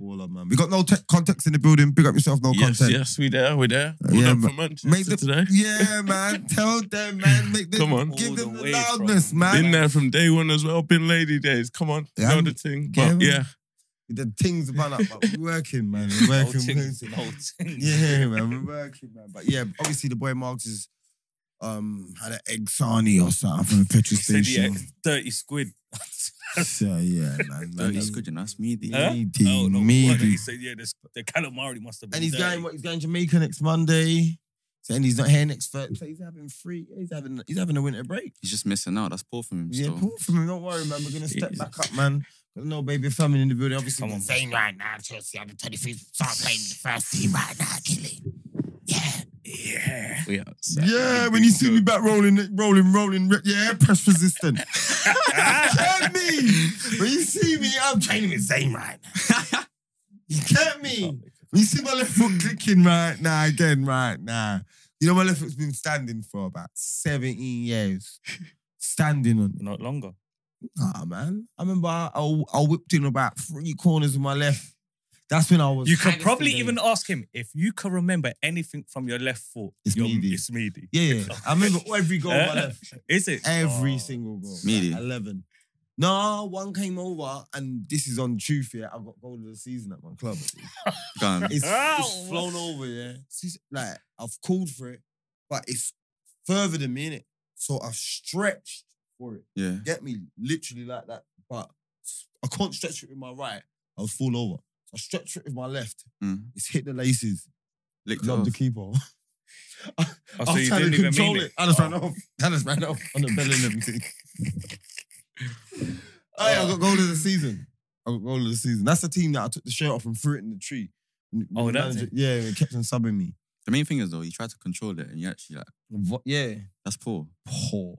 baller, man. We got no te- context in the building. Big up yourself, no yes, context. yes, we there, we there. Uh, All yeah, up but- from Manchester Make the- today. Yeah, man. Tell them, man. Make them, Come on. Give All them the the, way from- loudness, man. Been there from day one as well. Been lady days. Come on, Yeah, know I'm- the thing. yeah, But yeah, The things upon up, but we're working, man. We're Whole working. thing, we're the working. whole thing. Yeah, man. We're working, man. But yeah, obviously the boy Marks is um had an Exani or something from the petrol Said he station. ex- thirty squid. So yeah, man. man Dirty squid, you know, that's me. The, Huh? Meaty, Oh, no, meaty. what? He said, yeah, this, the calamari must have been. And he's dirty. going. What, he's going to Jamaica next Monday. So, and he's not here next Thursday. So he's having free. He's having. He's having a winter break. He's just missing out. That's poor from him. Yeah, still. Paul from him. Don't worry, man. We're gonna step Jesus. back up, man. Got no baby family in the building. Obviously, Come we're on. saying right now, Chelsea under twenty three start playing the first team right now, Gilly. Yeah. yeah. Oh, We outside. Yeah, when you see me back rolling, rolling, rolling, re- yeah, press resistant. get me? When you see me, I'm training with Zayn right now. you get me? When you see my left foot clicking right now, again, right now. You know, my left foot's been standing for about 17 years. Standing on it. Not longer. Nah, man. I remember I, I, I whipped in about three corners with my left. That's when I was. You can kind of probably today. even ask him if you can remember anything from your left foot. It's your, Meedy. It's meaty. Yeah, yeah. I remember every goal with my left. Is it Every Oh. single goal. Meaty. Like, 11. No, one came over, and this is on truth here. I've got goal of the season at my club. Gone. It's, it's Oh. Ow. flown over, yeah. Since- Like, I've called for it, but it's further than me, innit? So I've stretched for it. Yeah. Get me literally like that, but I can't stretch it with my right. I'll fall over. So I stretch it with my left. Mm. It's hit the laces. Licked it Love off. the keeper. Oh, I so was you trying didn't to even control mean it. it. I just Oh. ran off. I just ran off on the Bellingham team. Oh, yeah, I got goal of the season. I got goal of the season. That's the team that I took the shirt off and threw it in the tree. Oh, The that manager- Yeah, it kept on subbing me. The main thing is though, you try to control it and you actually like What? Yeah. that's poor. Poor.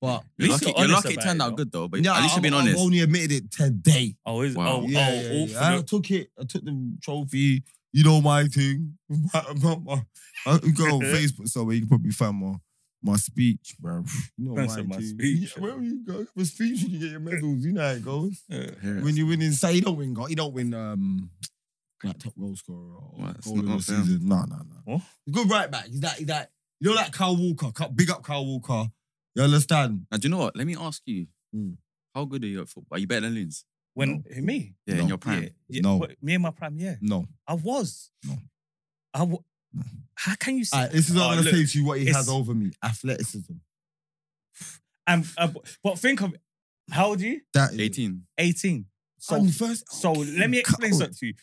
But At You're least lucky, you're you're honest lucky it about turned it, out though. good though, but Yeah, at least you've been I've- I've honest. only admitted it today. Oh, is Wow. oh, Yeah, oh, yeah, all yeah. I for the- took it. I took the trophy. You know my thing. My- my- my- I you go on Facebook somewhere. You can probably find my my speech, bro. You know Man my, said my thing. speech. Yeah, where you go? My speech. You get your medals. You know how it goes. Yeah. Hear it. When you win inside, you don't win. goal- You don't win. Um, like top goal scorer or Well, it's goal of not- the not fair. season. No, no, no. What? He's good right back. He's that. He's that. You know that Carl Walker. Carl- Big up Carl Walker. You understand? Now do you know what? Let me ask you. Mm. How good are you at football? Are you better than Linz? When who, me? Yeah, No. in your prime. Yeah, yeah, No. but Me and my prime, yeah. No. I was. No. I w- How can you say Alright, this is what Oh, I'm gonna look, say to you. What he has it's- over me: athleticism. And uh, but- but think of how old are you? That is 18. 18. So I'm first. so let me explain something to you.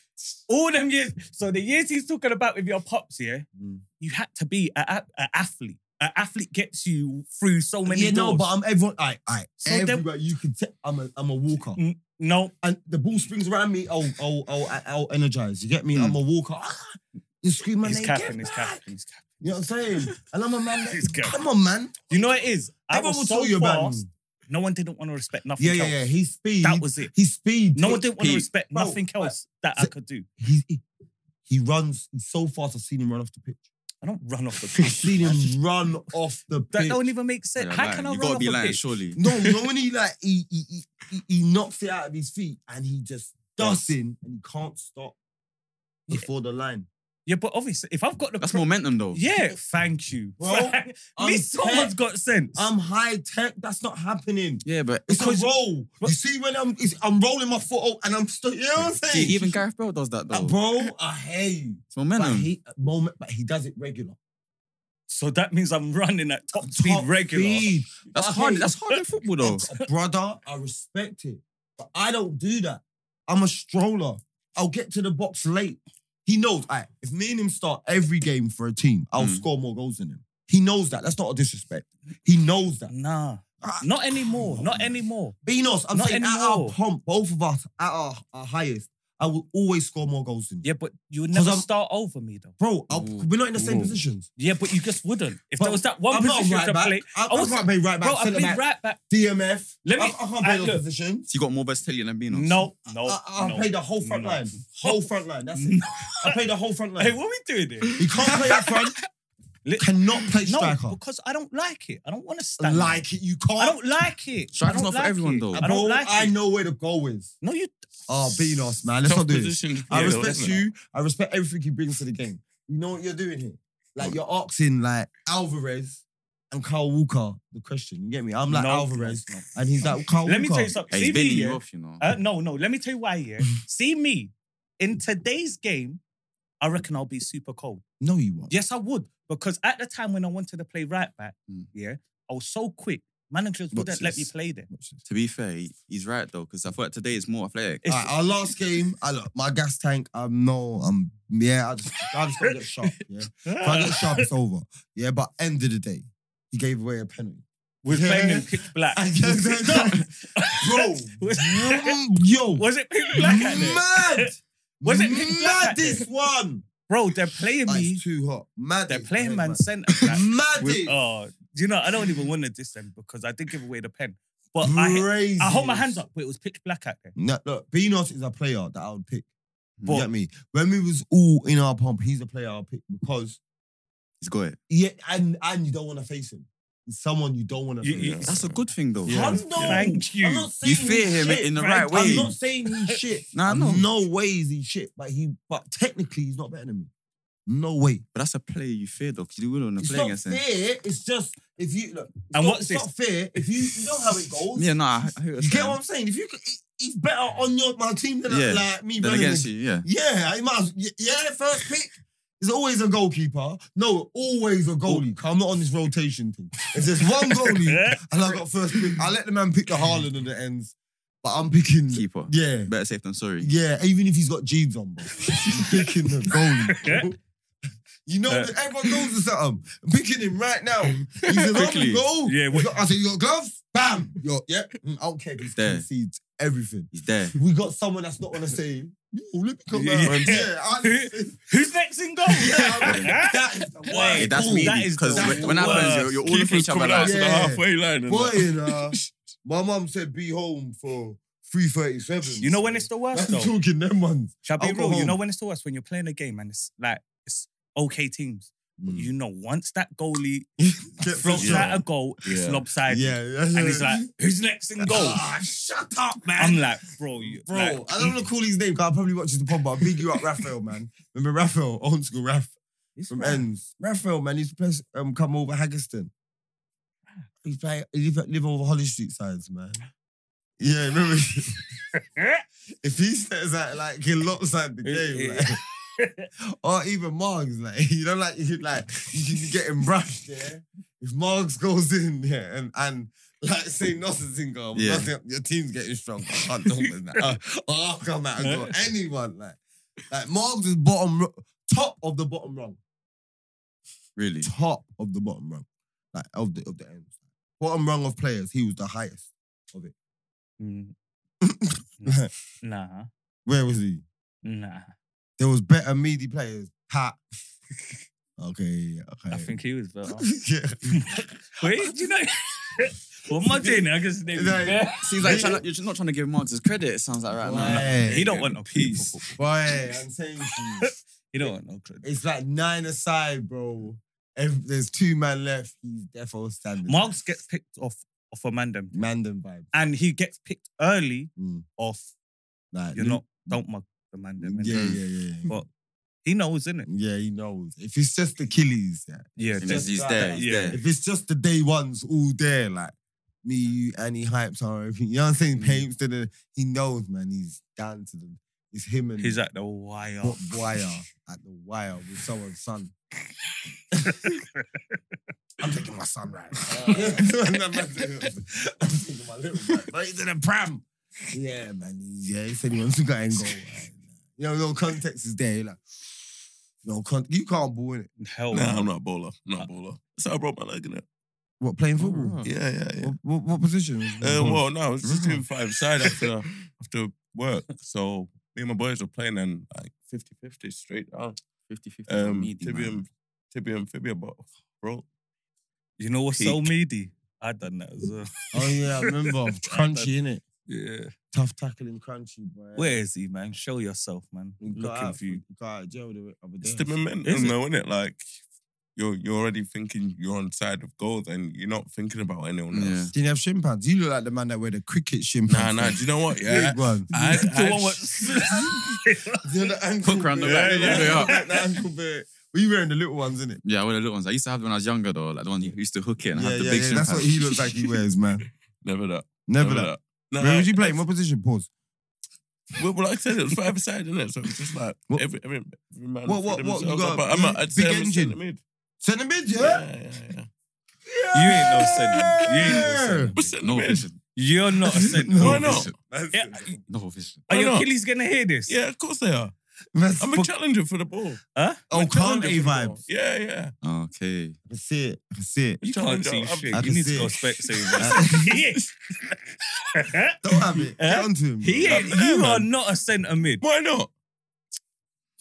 All them years, so the years he's talking about with your pops, yeah, Mm. you had to be an athlete. An athlete gets you through so many yeah, no, doors. but I'm everyone. I, I, So then- everywhere you can. T- I'm a, I'm a walker, Mm. no, and the ball springs around me. I'll, I'll, I'll, I'll energize. You get me? I'm a walker. Ah, you scream my Mm. he's name. capping, get he's back. capping, he's capping. You know what I'm saying? And I'm a man. He's capping. Come on, man. You know what it is? I Everyone will was tell so you about fast, me. no one didn't want to respect nothing Yeah, yeah, else. yeah. His speed. That was it. his speed. No one didn't want to Pete, respect bro, nothing else that I so- could do. He, he, he runs. He's so fast. I've seen him run off the pitch. I don't run off the I've pitch. seen him run off the pitch. that don't even make sense. Yeah, How like, can I you run gotta off be a lying, pitch? surely. No, no, when he like he he, he he he knocks it out of his feet and he just dusts in and he can't stop Yeah. before the line. Yeah, but obviously, if I've got the That's pro- momentum though. yeah, thank you. Well, At I'm least tech. someone's got sense. I'm high tech. That's not happening. Yeah, but It's Because- a roll. What? You see when I'm it's, I'm rolling my foot out and I'm still. You know what I'm see, saying? even Gareth Bell does that though. Uh, bro, I hear you. it's momentum. But he at moment, but he does it regular. so that means I'm running at top, speed Top regular. speed. that's I hard. hate- That's hard in football though. brother, I respect it. But I don't do that. I'm a stroller. I'll get to the box late. He knows, alright, if me and him start every game for a team, I'll Mm. score more goals than him. He knows that. That's not a disrespect. He knows that. Nah, Ah, not anymore. Not anymore. But he knows. I'm Not saying at our anymore. pump, both of us at our, our highest, I will always score more goals than you. Yeah, but you would 'Cause never I'm- start over me though. Bro, I'll, Ooh. we're not in the same Ooh. positions. Yeah, but you just wouldn't. If Bro, there was that one I'm not position right to back. play, I, I I was- can't play right back, bro, I centre played back, right back. DMF. Let me- I, I can't play I- those look. positions. So you got more versatility than Bino. No, no, I, I, I Oh, no. play the whole front No. line. Whole front line. That's it. No. I play the whole front Hey, line. what are we doing here? He can't play up front. Li- Cannot play no, striker. because I don't like it. I don't want to stand. Like it, you can't. I don't like it. Striker's I don't not for like everyone, it. though. I don't Bro, like I it. know where the goal is. No, you. Oh, Beanos, man. Let's Tough not do this. position. I Yeah, respect though. you. I respect everything he brings to the game. You know what you're doing here? Like you're asking like Alvarez and Carl Walker the question. You get me? I'm like No, Alvarez, no. and he's like Carl Let me Walker. tell you something. Hey, he's See me, bailing you yeah? off, you know. Uh, no, no. Let me tell you why. Yeah, see me in today's game. I reckon I'll be super cold. No, you won't. Yes, I would because at the time when I wanted to play right back, Hmm. Mm. yeah, I was so quick. Managers wouldn't let me this. play there. to be fair, he- he's right though, because I thought today is more athletic. It's- Alright, our last game, I look, my gas tank. Um, no, um, yeah, I just, I just gotta get sharp. Yeah, if I get sharp, it's over. Yeah, but end of the day, he gave away a penalty. We're playing in pitch black. I guess that's bro. Was- mm, Yo, Was it pitch black at there? mad. Was it pitch black mad? out there? This one. Bro, they're playing That me. is too hot. Mad. They're it. playing man Mad. centre back. Mad with- it. Oh, do you know, I don't even want to diss them because I did give away the pen. But I, Crazy. I hold my hands up, but it was pitch black out there. No, look, Beanos is a player that I would pick. But- you get me? When we was all in our pump, he's a player I'll pick because He's got it. yeah, and and you don't want to face him. He's someone you don't want to You- face. you- him. That's a good thing though. Yeah. How- no, Thank you. I'm not saying You fear he's him shit, in the Frank. right way. I'm not saying he's shit. Nah, I I'm know. No way is he shit, but he but technically he's not better than me. No way. But that's a player you fear though, because you wouldn't want It's to play not against him. fair. It's just if you look. It's And not, what's it's not fair if you you know how it goes. Yeah, no, I, I hear You get what I'm saying? If you could- he- he's better on your my team than Yeah, like me. Then running against the- you, yeah. Yeah, I might. As, y- yeah, first pick is always a goalkeeper. No, always a goalie. I'm not on this rotation thing. If there's one goalie and I got first pick, I let the man pick the Haaland and the ends. But I'm picking. Keeper. Yeah, Better safe than sorry. yeah. Even if he's got jeans on, bro, I'm picking the goalie. You know, Uh. everyone knows the setup. I'm picking him right now. He's an Quickly. own goal. Yeah, He's got- I said, you got gloves? Bam! You're, yeah, Mm, I don't care if he There. concedes everything. He's there. We got someone that's not gonna say, "Yo, let me come Yeah. out." Yeah. Yeah, I- Who's next in goal? yeah, I mean, that is the Wait, Hey, way. that's Ooh, me. that is Because the when, when that worst. happens, you're, you're all looking at Keepers each other coming out like, to the Yeah. halfway line. and Boy, that. you know, uh, my mum said be home for three thirty-seven. You know when it's the worst I'm though? talking them ones. Shall I be I'll go real? You home. know when it's the worst? When you're playing a game and it's like, it's okay teams. But you know, once that goalie Get throws Mm. yeah. out a goal, it's Yeah. lopsided. yeah, And he's like, who's next in goal? Ah, shut up, man. I'm like, bro, you, Bro, like, I don't want to call his name because I probably watches the pod, but I big you up, Raphael, man. Remember Raphael, old school Raph It's from mad. Ends. Raphael, man, he's playing, um, come over Haggerston. He's playing, he live, live over Holly Street sides, man. Yeah, remember? if he says that, like, he'll lopside the game, like. Or even Margs, like you know, like you like you can get him brushed, yeah. If Margs goes in, yeah, and and like say nothing's in goal, Yeah. nothing, your team's getting stronger. I can't do with that. Uh, or I'll come out and go anyone like like Margs is bottom ro- top of the bottom rung, really? top of the bottom rung, like of the of the end, bottom rung of players. He was the highest. Mm, nah, Where was he? nah. There was better meaty players. Pat. okay, okay. I think he was better. yeah. Wait, do you know? what am I doing? I guess his name is No, Bear. Seems like you're, tryna- you're not trying to give Marks his credit, it sounds like right now. Right. He don't want no Peace. peace. Boy, I'm saying to you, He don't want no credit. it's like nine aside, bro. If there's two man left, he's defo standing. Marks gets picked off off a mandem, Mandem vibe. and he gets picked early Mm. off. Like, You're not. Don't mug the mandem. Yeah, yeah, yeah. yeah. But he knows, innit? Yeah, he knows. If it's just Achilles, yeah. Yeah. He's, just he's like there, that. he's Yeah. there. if it's just the day ones all there, like me, you, and he hypes on everything. You know what I'm saying? Mm. Paints to the, he knows, man. He's down to the, it's him and He's at the wire. Wa- wire at the wire with someone's son. I'm taking my son right. now. I'm taking my little man right to the pram. Yeah, man. Yeah, he said he wants to go and go. You know, no context is there. You're like, no con- you can't ball in it. Hell oh, Nah, no. I'm not a bowler. I'm not a bowler. That's how I broke my leg in it. What playing football? Yeah, yeah, yeah. What, what, what position? Um, well, no, I was just doing five side after after work. So me and my boys were playing and like 50-50 straight down. 50 50. Um, tibium, tibium, fibia, but bro, You know what's so meaty? I done that as well. oh yeah, I remember crunchy in it. yeah, Tough tackling, crunchy. Boy. Where is he, man? Show yourself, man. We Looking out- for you. we Got out of jail the other day. it's the momentum, Is it? though, isn't it? Like you're you're already thinking you're on side of gold and you're not thinking about anyone Yeah. else. Didn't you have shin pads. You look like the man that wear the cricket shin Nah, pads. nah. Do you know what? Yeah, Big one. I, I, The one with- You're the ankle Hook round the bit. back, all the way up. The ankle bit. We wearing the little ones, innit? Yeah, I wear the little ones. I used to have them when I was younger though, like the one you used to hook it and have the big shin That's what pad. he looks like he wears, man. never that. Never that. Nah, Where would you play? him? What position? Pause. Well, well, like I said, it was five side, isn't it? So it's just like What- every every, every man. what- for what- what you themselves. got? But I'm a, I'd say Big I'm a engine? centre mid. Centre mid, yeah? Yeah, yeah, yeah. You ain't no centre. You ain't no centre. What's centre No mid? vision. You're not a centre. No. Why not? Yeah. No vision. Are Why your not? Achilles gonna hear this? Yeah, of course they are. That's I'm a fuck- challenger for the ball. Huh? I'm Oh, Kante challenger for the vibes. ball. Yeah, yeah. Okay. I can see it. I can see it. You can't Challenger, see I'm- shit. I You can need see to go it. spec Don't have it. Eh? Get onto him. He ain't. Nah, You man. are not a centre mid. Why not?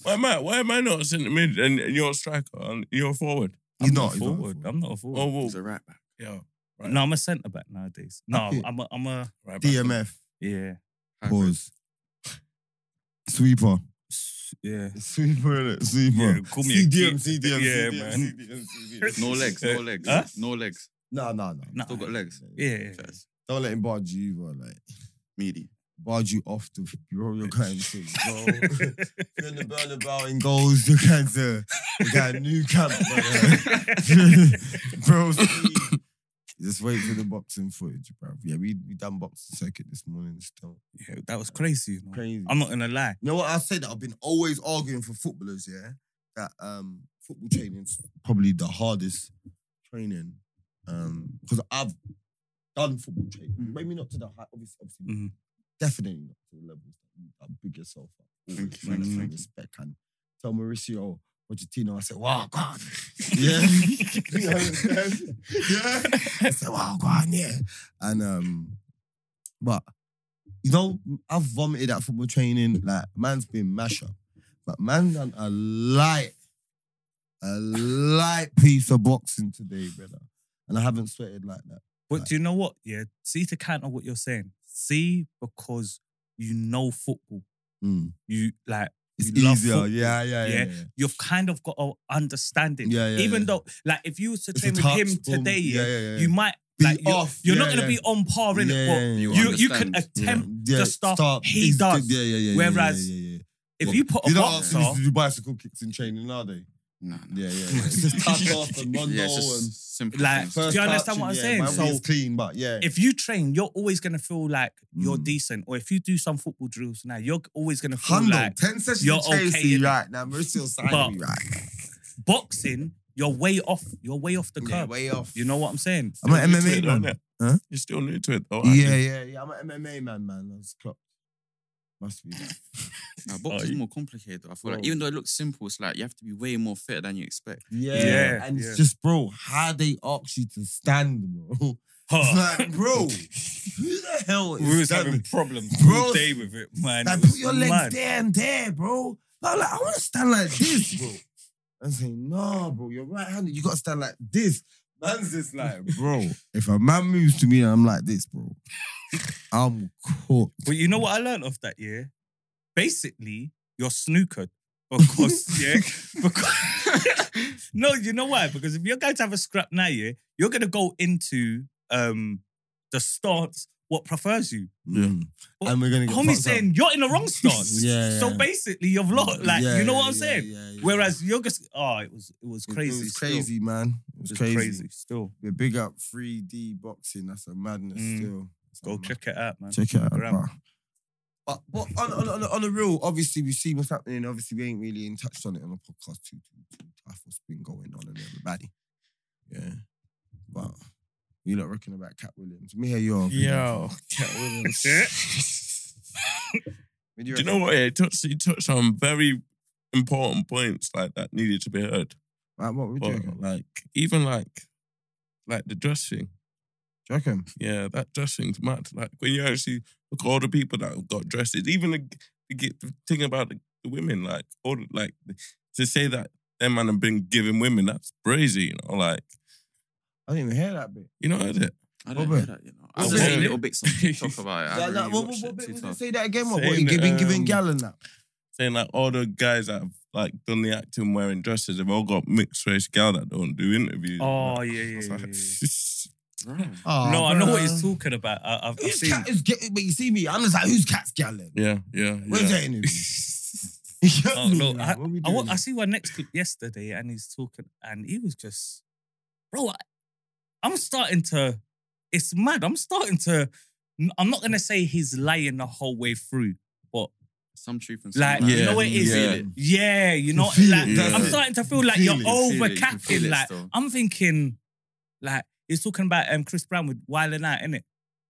Why am I? Why am I not a centre mid and, and you're a striker and you're a forward? He's I'm not. a he's not. forward. I'm not a Oh, forward. well, He's a right back. yeah. right. No, I'm a centre back nowadays. No, Okay. I'm a. I'm a. Right back. DMF. Yeah. Pause. Sweeper. Yeah. Sweeper, innit? Sweeper. Yeah, call me a CDM, keep- CDM, Yeah, CDM, man. CDM, CDM. No legs, no legs, Huh? no legs. No, no, no. Nah. Still got legs. Yeah. Don't let him barge you either. Like, Meaty. barge you off to bro, you're going to go. You're in the burnabout in goals. You're going to you got a new camp, bro. bro see, just wait for the boxing footage, bro. Yeah, we, we done boxing circuit this morning still. Yeah, that was crazy. you know. Crazy. I'm not gonna lie. You know what I say that I've been always arguing for footballers, yeah, that um football training's probably the hardest training. Um, because I've done football training, Mhm. maybe not to the high, obviously, obviously Mhm. definitely not to the levels that you that big yourself up. Always you, trying thank to you, show thank respect and tell Mauricio Pochettino, I said, wow, God, yeah, You understand? yeah. I said, wow, God, yeah, and um, but you know, I've vomited at football training. Like, man's been mash up. But man done a light, a light piece of boxing today, brother. And I haven't sweated like that. But do you know what? Yeah. See to counter what you're saying. See because you know football. Mm. You like It's You love easier. football. Yeah, yeah, yeah. Yeah. yeah. yeah. you've kind of got to understand it. Yeah, yeah, Even yeah. though, like, if you was to It's train a with touch, him boom. today, Yeah, yeah, yeah, yeah. you might Be like you're, off. you're Yeah, not gonna yeah. be on par in Yeah, it, yeah, You yeah. but you you can understand. attempt. Yeah, the stuff he It's- does. Yeah, yeah, yeah, yeah. Whereas yeah, yeah, yeah. If Well, you put a you don't ask boxer, kids to do bicycle kicks in training, are they? No, no. Yeah, yeah. yeah. it's just touch off and Rondo Yeah, it's and just simple. Like, things. Do you understand what I'm touching, saying? Yeah, So- so clean, but yeah. if you train, you're always gonna feel like you're Mm. decent. Or if you do some football drills now, you're always gonna feel Hundo, like 10 sessions you're of Chelsea, okay, innit? right? Now, Mauricio But- signed me, right? boxing. You're way off. You're way off the curb. Yeah, way off. You know what I'm saying? I'm an You're new to MMA it, though, man. innit? Huh? You're still new Oh, to it, though. aren't Yeah, you? yeah, yeah. I'm an MMA man, man. That's clocked. Must be. Now, boxing's you- more complicated. though. I feel Bro. like even though it looks simple, it's like you have to be way more fit than you expect. Yeah. Yeah, and it's yeah. just, bro, how they ask you to stand, bro. It's Huh. like, bro, who the hell is we was standing? having problems Bro. all day with it, man. Like, It was put your legs mad. there and there, bro. But I'm like, I want to stand like this, bro. I'm saying, no, bro, you're right handed. You got to stand like this. Man's just like, bro, if a man moves to me and I'm like this, bro, I'm caught. But you know what I learned off that year? Basically, you're snookered. Because, yeah. Because, no, you know why? Because if you're going to have a scrap now, yeah, you're going to go into um the stance what prefers you. Well, Mm. And we're going to get Homie's fucked up. saying you're in the wrong stance. Yeah, yeah. So basically, you've lost. Like, Yeah, you know yeah, what I'm yeah, saying? yeah, yeah. Whereas you're just, oh, it was it was It- crazy. It was still. crazy, man. It was, It was crazy. crazy. still. Yeah, big up 3D boxing. That's a madness Mm. still. That's a Go mad- check it out, man. Check it out. Gram. bruh. But, but on, on, on, on the real, obviously, we see what's happening. Obviously, we ain't really in touched on it on the podcast too, too, too tough what's been going on and everybody. Yeah. But you lot reckon about Cat Williams. Me hear your opinion. Yo, Cat Williams. What Do you know reckon? what? Yeah, he touched, he touched on very important points like that needed to be heard. Like, what would you But, reckon? like even like like the dressing. Do you reckon? Yeah, that dressing's mad. Like when you actually look at all the people that have got dresses, even the, the, g- the thing about the, the women, like all the- like to say that them man have been giving women that's brazy, you know, like I didn't even hear that bit. you know is it? I don't know Robert. that, you know. I What's was it? seeing little bits on TikTok about it. I Like, haven't like, really what, watched what, what it too bit was it tough. um, say that again? What, what Saying he that, been giving um, gal and that? Saying like all the guys that have like done the acting wearing dresses. They've all got mixed race gal that don't do interviews. Oh, Like, yeah, yeah, I was yeah, like, yeah. Right. Oh, no, I know what bruh. he's talking about. I, I've, I've Whose seen. cat is getting? But you see me, I'm just like, whose cat's gallon? yeah, yeah, Where's yeah. that interview? Oh, no, I, wa- I see one next clip yesterday, and he's talking, and he was just, bro. I, I'm starting to. It's mad. I'm starting to. I'm not gonna say he's lying the whole way through, but Some truth and some like lie. you know what it you is. feel Yeah, it. you You know. feel like, it, I'm yeah. starting to feel like feel you're it, you feel it, you can feel overcapping. it Like still. I'm thinking, like he's talking about um Chris Brown with wilding out in it,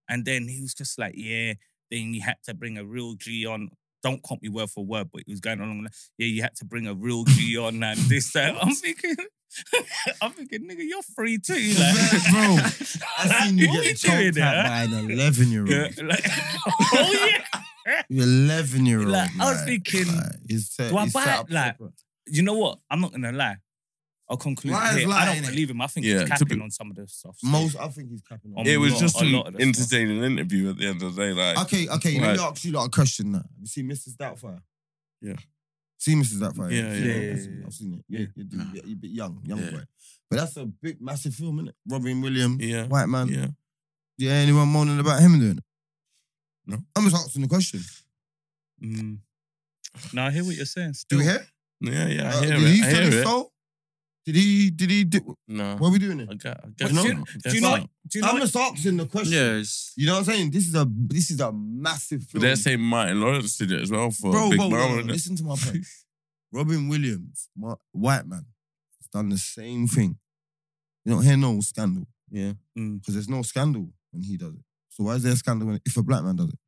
and then he was just like, yeah. Then you had to bring a real G on. Don't quote me word for word, but it was going along. like, Yeah, you had to bring a real G on and this. That. I'm thinking, I'm thinking, nigga, you're free too. Like, Bro, I seen you what get we doing choked out there? by an 11 year Yeah, old. like, oh yeah. 11 year old. Like, I was thinking, he's set, do I he's buy set it? up Like, proper. you know what? I'm not gonna lie. I'll conclude. Lies here. lie, I don't innit? believe him. I think Yeah, he's to capping be- on some of the stuff. most, I think he's capping on. A It was lot, just a an lot of the stuff. entertaining interview at the end of the day. Like, Okay, okay, let me Right. ask you lot a question now. You see Mrs. Doubtfire? Yeah. See Mrs. Doubtfire? Yeah, You've seen yeah, it? yeah, I've seen it, yeah. I've seen it. Yeah. Yeah, you're, Nah. you're a bit young, young Yeah. boy. But that's a big, massive film, isn't it? Robin Williams, yeah, white man. yeah. Yeah, anyone moaning about him doing it? No. I'm just asking the question. Mm. Now I hear what you're saying. Do Still, we hear? Yeah, yeah, Uh, I hear did he it. I sell hear his it. soul? Did he? Did he? Do, No, what are we doing here? I got. I But guess do not. you- Guess do you know? not. Do you know? I'm what- just asking the question. Yeah, it's- You know what I'm saying? This is a this is a massive But film. they're saying Martin Lawrence did it as well for bro, Big bro, Mama. no, no, listen to my point. Robin Williams, wh- white man, has done the same thing. You don't hear no scandal Yeah, Mm. because there's no scandal when he does it. So why is there a scandal when, if a black man does it?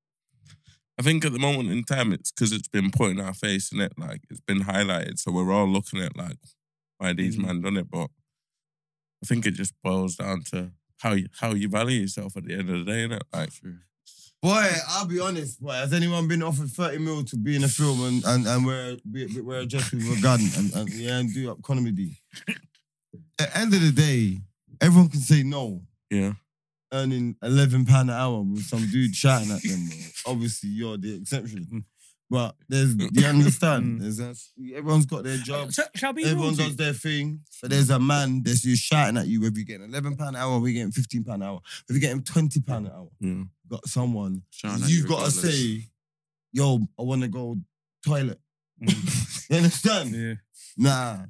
I think at the moment in time, it's because it's been put in our face and it like it's been highlighted, so we're all looking at like why these Mm-hmm. Mhm. men done it. But I think it just boils down to how you, how you value yourself at the end of the day, innit? Like, Boy, I'll be honest, boy. Has anyone been offered 30 mil to be in a film and, and, and wear, be, be- wear a dress with a gun and, and, yeah, and do up comedy? At the end of the day, everyone can say no, yeah, earning eleven pound an hour with some dude shouting at them. Bro. Obviously, you're the exception, but there's you understand. There's a, everyone's got their job. Shall, shall I be real Everyone with you? does their thing, but there's a man that's just shouting at you. Whether you're getting eleven pound an hour, we're getting fifteen pound an hour. If you're getting twenty pound an hour, yeah, got someone. Shine you've at you got to regardless. say, "Yo, I want to go toilet." Mm. You understand? Yeah. Nah.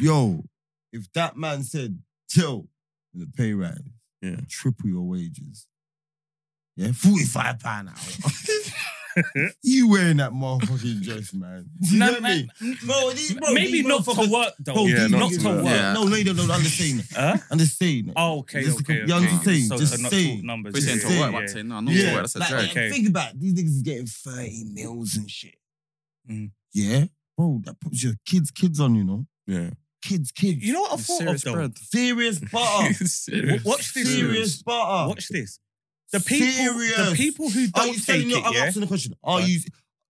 Yo, if that man said, chill, the pay rise, Yeah. triple your wages. Yeah, 45 pound an hour. you wearing that motherfucking dress, man. You No, know what I mean? man, Bro, these- bro, maybe these not to motherfuckers- work though. Bro, Yeah, these not motherfuckers- to work. Yeah. No, no, you don't know. I'm just saying. that. Huh? I'm just saying. that. Oh, okay, Just- okay, you okay. understand? So, Just so not saying. talk If numbers. we Just saying yeah, to saying, work, yeah. I'd say no, not to work. That's a like, joke. Okay. Think about it. these niggas getting 30 mils and shit. Mm. Yeah. Bro, that puts your kids' kids on, you know? yeah. Kids, kids. You know what I thought of Serious though? bread. Serious butter. Serious. Watch this. Serious butter. Watch this. The people, the Serious. people who Are don't you take saying? it, I'm yeah. asking the question. Are Right. you?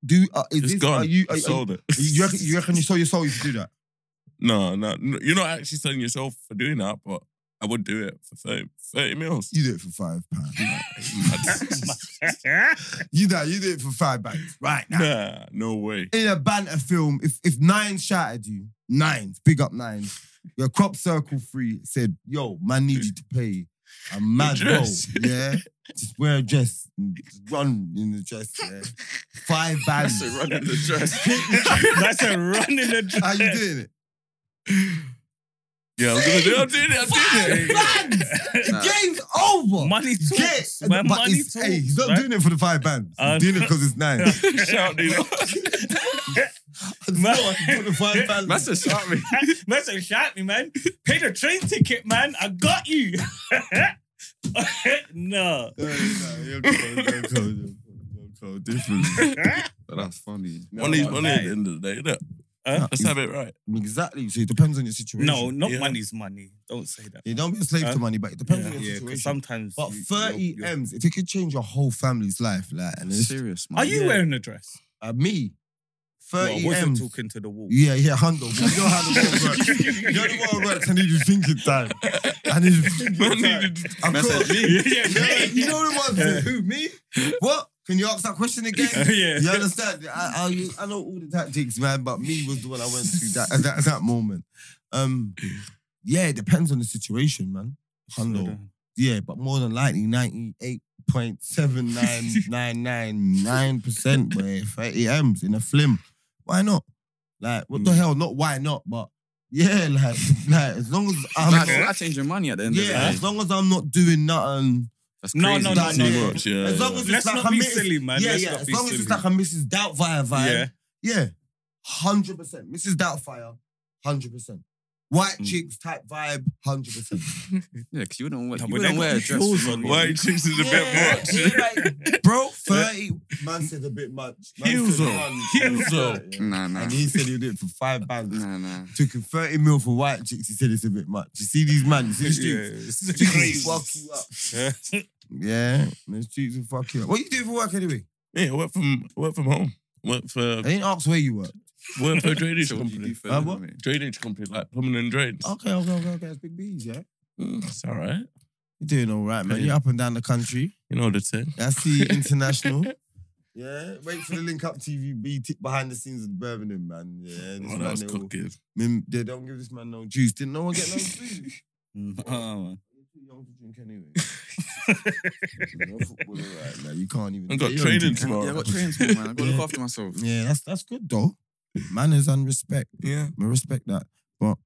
Do uh, is It's this? gone. Are you? Are, I are- sold it. you, reckon, you reckon you sold your soul if you do that? No, no, no, you're not actually selling yourself for doing that, but I would do it for 30, 30 mils. You do it for five pounds. Yeah. you that you do it for five pounds right now. nah, no way. In a banter film, if if nine shouted you, nines, big up nines. Your crop circle free said, "Yo, man, need you to pay a mad roll, dress." yeah." Just wear a dress, and just run in the dress. Yeah. Five bands. That's a run in the dress. That's a run in the How you doing it? Yeah, I'm gonna do it. I'm doing it. I'm Five doing it. bands. Nah. Game's over. Money Get, talks. Where but money it's- talks. hey, he's not right? doing it for the five bands. He's Uh, doing it because it's nine. I Shout it out. just know I can put the five bands. That's a shot me. man said, shout me, man. Pay the train ticket, man. I got you. no. No, no, no, you're cold, you're cold, you're cold, you're cold. Different. That's funny. Money's No, money at mate. the end of the day, innit? Huh? Let's have it right. Exactly. So it depends on your situation. No, not Yeah. money's money. Don't say that. You don't be a slave Huh? to money, but it depends on Yeah, your yeah, 'cause situation. sometimes. but you- 30 you're- you're- M's, if it could change your whole family's life, like, and it's, Serious, man. Are you Yeah. wearing a dress? uh, me, 30 well, I wasn't M's. talking to the wall. Yeah, yeah, handle. You know how the world works. You know the world works. I need you thinking time. I need you thinking time. Money- Of course. Message me. yeah, You know, you know the ones that who me? What? Can you ask that question again? yeah. You understand? I, I, I know all the tactics, man, but me was the one I went to that at that, that moment. Um, yeah, it depends on the situation, man. Hundo. Yeah, but more than likely, 98.7999% by 30 M's in a flim. Why not? Like, what the Mm. hell? Not why not, but yeah, like, like as long as I'm That's not, that's changing money at the end of the yeah, day. as long as I'm not doing nothing. That's No, crazy. no, no, That's Too it. no. much, yeah. As long as Let's it's like a not be Mrs. silly, man. yeah, Let's yeah. not As be long as silly. it's like a Mrs. Doubtfire vibe. yeah. Yeah, hundred percent. Mrs. Doubtfire, hundred percent. White Mm. chicks type vibe, hundred percent. Yeah, because you wouldn't wear, No, you but wouldn't they wear got a dress. heels for on, real. White chicks is a bit much. bro, thirty. Man said a bit much. Man Heels said up. one- Heels up. Yeah. Nah, nah, And he said he did it for five bands. nah, nah. Took him 30 mil for white chicks. He said it's a bit much. You see these man, you see the streets. It's Streets will crazy. fuck you up. Yeah. Yeah, the streets will fuck you up. What you do for work anyway? Yeah, I work from work from home. Work for I didn't ask where you work. work for a drainage So what do you do company. for Uh, them, what? mate? Drainage company, like plumbing and drains. Oh. Okay, okay, okay, okay. It's Big B's, yeah? Mm, it's all right. You're doing all right, man. You're up and down the country. You know the thing. That's the international. Yeah, wait for the link up TV be t- behind the scenes in Birmingham, man. Yeah, this Oh, that man, was they, all, cooking. mim- they don't give this man no juice. Didn't no one get no juice? Oh, You're too young to drink anyway. You're a footballer right now. You can't even. I got you're training drinking. tomorrow. Yeah, I got training school, man. I got to look after myself. Yeah, that's that's good though. Manners and respect. Yeah. I respect that. But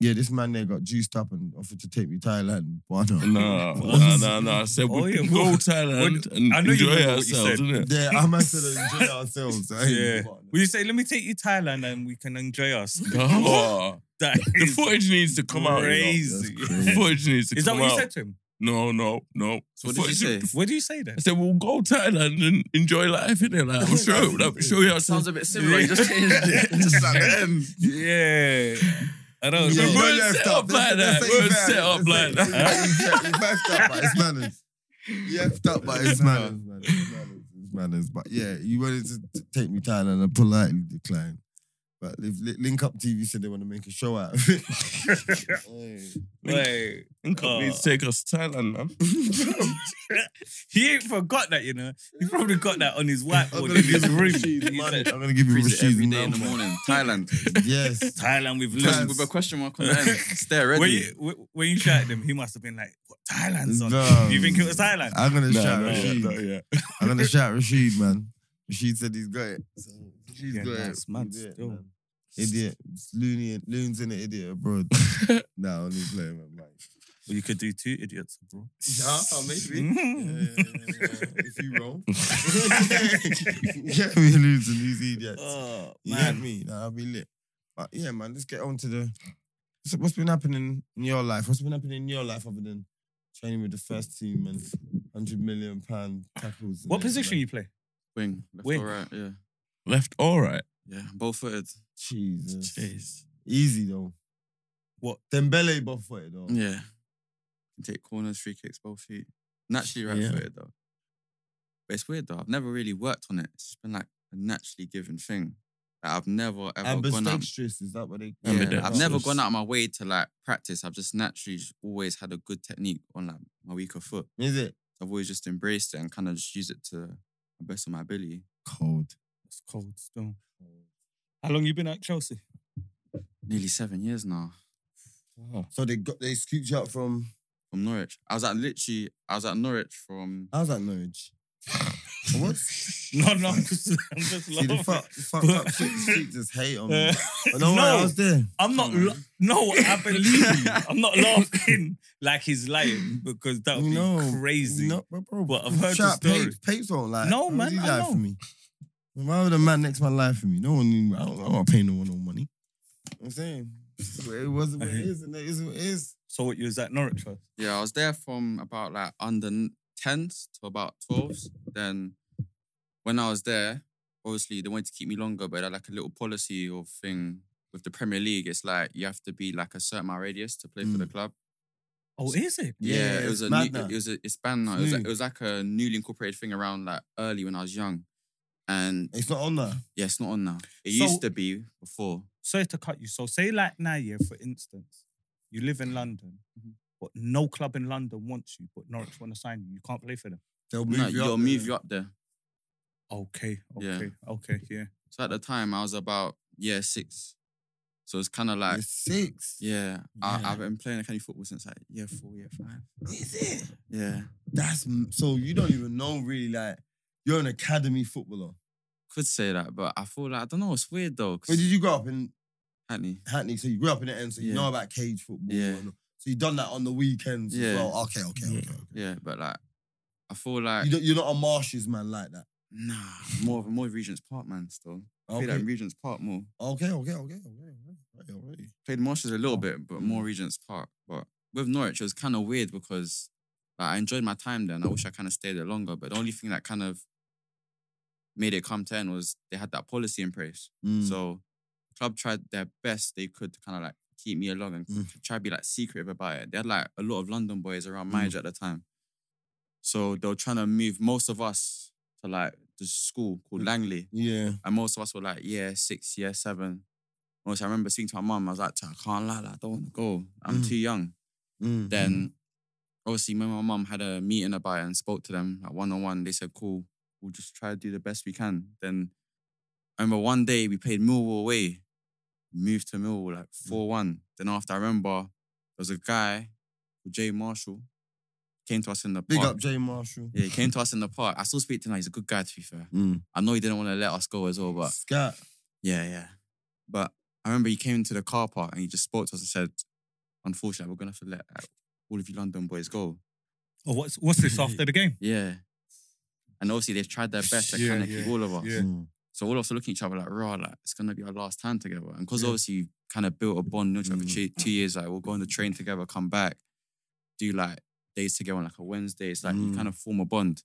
yeah, this man there got juiced up and offered to take me to Thailand. Why not? No, What? no, no, no. I said we Oh, yeah, can go what- Thailand and I know you enjoy remember what you ourselves, said. innit? Yeah, I'm meant to enjoy ourselves. I ain't Yeah. bothered. Will you say, let me take you to Thailand and we can enjoy us? Oh, That the is footage needs to come out. you know. crazy. That's The footage needs to Is that come what you out. said to him? No, no, no. So what did you say? What do you say then? I said we'll go Thailand and enjoy life in there. Like, I'll show, I'll show you how Sounds to. a bit similar. You just changed it. Just like M. Yeah. I don't Yeah. know. we're set up like that. We're set up like that. You effed up, but it's manners. You effed up, but it's manners, man. It's manners. It's manners. But yeah, you wanted to t- take me down and I politely declined. But if Li- Link Up TV said they want to make a show out of it. Hey. Wait. Think of needs to take us to Thailand, man. he ain't forgot that, you know. He probably got that on his I'm whiteboard gonna in give his you room. Rashid's He money. said, I'm gonna give you Freeze it Rashid's every day in the number. morning. Thailand. Yes. Thailand with Thailand. Lou. With a question mark on the end. Stare ready. When you, when- when you shouted him, he must have been like, what, Thailand's on? No. You think it was Thailand? I'm gonna shout not yet, Rashid. not yet. I'm gonna shout Rashid, man. Rashid said he's got it. So Rashid's Yeah, got nah, it. it's mad Idiot, still. man. Idiot. It's loony. Loon's in an idiot abroad. nah, only playing with Mike. Well, you could do two idiots, bro. oh, Yeah, Mm. if you roll. yeah, we losing these idiots. Oh, you get man. me? Nah, I'll be lit. But yeah, man, let's get on to the. So what's been happening in your life? What's been happening in your life other than training with the first team and hundred million pound tackles? and What everything, position man? you play? Wing. Left Wing. or right, yeah. Left, all right. Yeah, both footed. Jesus. Jeez. Easy though. What? Dembele buff for it though. Yeah. Can take corners, free kicks, both feet. Naturally right Yeah. footed though. But it's weird though. I've never really worked on it. It's just been like a naturally given thing. Like, I've never ever gone out. Ambidextrous, is that what they? Yeah, I've Ambidextrous. never gone out of my way to like practice. I've just naturally just always had a good technique on like my weaker foot. Is it I've always just embraced it and kind of just used it to the best of my ability. cold? It's cold still. How long you been at Chelsea? Nearly seven years now Oh. So they got they scooped you up from. from Norwich. I was at literally, I was at Norwich from How's that Norwich? what? No, no, I'm just, I'm just See the laughing. fuck, um, fuck up shit, shit just hate on me. Uh, But no, no. I was there. I'm not. la- no, I believe you. I'm not laughing like he's lying because that would no, be crazy. No, but bro, But I've heard shout the story. Papes, Papes won't lie. No, Why would man, he I lie know. for me. Why would a man next man lie for me? No one, knew- I don't, I don't pay no one no money. I'm saying it was what it is, and it is what it is. So what you was at Norwich first? Yeah, I was there from about like under n- 10s to about 12s. Then when I was there, obviously they wanted to keep me longer, but they had like a little policy of thing with the Premier League. It's like you have to be like a certain amount radius to play for the club. Oh, is it? Mm. Yeah, Yeah, it it's was a mad new, now. it was a, it's banned now. It's It was, like, new. it was like a newly incorporated thing around like early when I was young. And It's not on that. yeah, it's not on now. It So- used to be before. Sorry to cut you. So say like now, yeah, for instance, you live in London, Mhm. but no club in London wants you, but Norwich want to sign you. You can't play for them. They'll move No, you you'll up. move you up there. Okay, okay, Yeah. okay, yeah. So at the time, I was about year six. So it's kind of like, You're six. yeah, I, Yeah. I've been playing academy football since like year four, year five. Is it? Yeah. That's m- so you don't even know really like you're an academy footballer. Could say that, but I feel like, I don't know, it's weird though. Where 'cause did you grow up in Hackney. Hackney? So you grew up in the end, so you Yeah. know about cage football. Yeah. and- so you done that on the weekends as Yeah. well. Okay, okay, okay. Yeah, but like, I feel like, You don't, you're not a marshes man like that. nah, more of more Regent's Park, man, still. Okay, Played at Regent's Park more. okay, okay, okay, okay, okay, okay, okay. Played Marshes a Oh. little bit, but Mm. more Regent's Park. But with Norwich, it was kind of weird because like, I enjoyed my time there and I wish I kind of stayed there longer. But the only thing that kind of made it come to end was they had that policy in place. Mm. So club tried their best they could to kind of like keep me along and Mm. try to be like secretive about it. They had like a lot of London boys around my Mm. age at the time. So they were trying to move most of us to like this school called Mm. Langley. yeah, And most of us were like, yeah, six, yeah, seven. Most I remember speaking to my mum, I was like, I can't lie, like, I don't want to go. I'm Mm. too young. Mm. Then obviously me and my mum had a meeting about it and spoke to them like one on one. They said, Cool, we'll just try to do the best we can. Then I remember one day we played Millwall away, moved to Millwall like Mm. 4 1. Then after I remember there was a guy called Jay Marshall, came to us in the big park. up Jay Marshall. Yeah, he came to us in the park. I still speak to him. like, He's a good guy, to be fair. Mm. I know he didn't want to let us go as well, but Scat. yeah, yeah. But I remember he came into the car park and he just spoke to us and said, Unfortunately, we're gonna have to let uh, all of you London boys go. Oh, what's what's this after the game? Yeah. And obviously they've tried their best to Yeah, kind of yeah, keep all of us. yeah. Mm. So all of us are looking at each other like, raw, like it's gonna be our last time together. And because Yeah. obviously you kind of built a bond, you know, for Mm. two, two years, like we'll go on the train together, come back, do like days together on like a Wednesday. It's like you Mm. kind of form a bond.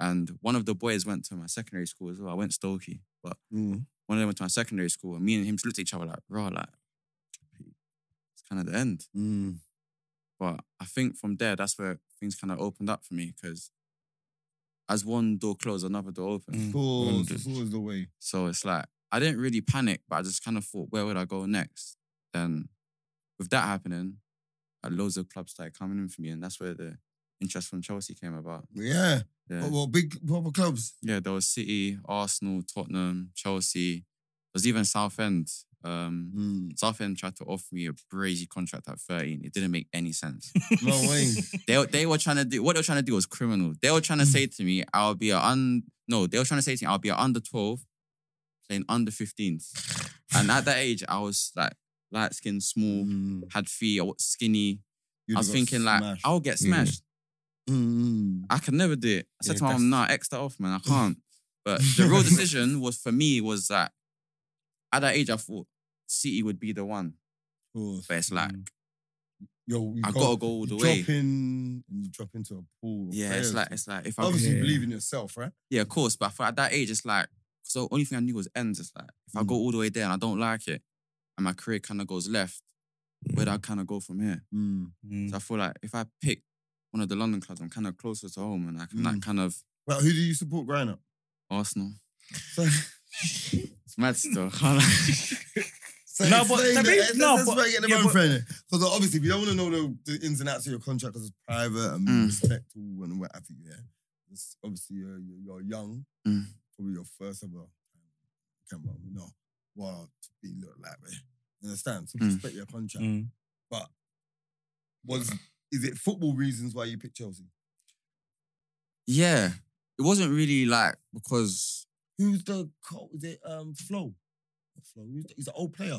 And one of the boys went to my secondary school as well. I went Stokey, but Mm. one of them went to my secondary school, and me and him just looked at each other like, raw, like it's kind of the end. Mm. But I think from there, that's where things kind of opened up for me because as one door closed, another door opened. Of course, Wondered. it's always the way. So it's like I didn't really panic, but I just kind of thought, where would I go next? Then, with that happening, like, loads of clubs started coming in for me, and that's where the interest from Chelsea came about. Yeah. Yeah, Well, well, big proper clubs. yeah there was City, Arsenal, Tottenham, Chelsea. There was even Southend. Um, Mm. Southend tried to offer me a brazy contract at 13. It didn't make any sense. No way. They, they were trying to do what they were trying to do was criminal. They were trying Hmm. to say to me, I'll be a un no, they were trying to say to me, I'll be a under 12 playing under 15s. And at that age, I was like light skinned, small, Mm. had feet, I was skinny. You'd I was have got thinking like smashed. Hmm. I'll get Yeah. smashed. Mm, mm. I could never do it. I said Yeah, to my mum, that's- nah, X that off, man. I can't. But the real decision was for me was that at that age I thought City would be the one. Of course. But it's Mm, like Yo, you I gotta go all the you way. Drop in and you drop into a pool. of Yeah, players. it's like it's like if I obviously you Yeah. believe in yourself, right? Yeah, of course. But for at that age, it's like so. Only thing I knew was ends. It's like if I go Mm. all the way there and I don't like it, and my career kind of goes left, where do I kind of go from here? Mm. So I feel like if I pick one of the London clubs, I'm kind of closer to home, and I can like Mm. kind of Well, who do you support growing up? Arsenal. So, It's mad still. can't lie. so No, but explain to the- me- let's- no, let's but- break it yeah, down but- for a minute. 'Cause obviously we don't want to know the, the ins and outs of your contract because it's private and Mm. respectful and what have you. Yeah, it's obviously you're, you're you're young, Mm. probably your first ever um, camera. You know what it look like, right? You understand? So Mm. respect your contract. But was is it football reasons why you picked Chelsea? yeah, it wasn't really like because Who's the coach? Is it um Flo? Not Flo. Who's the, he's an old player.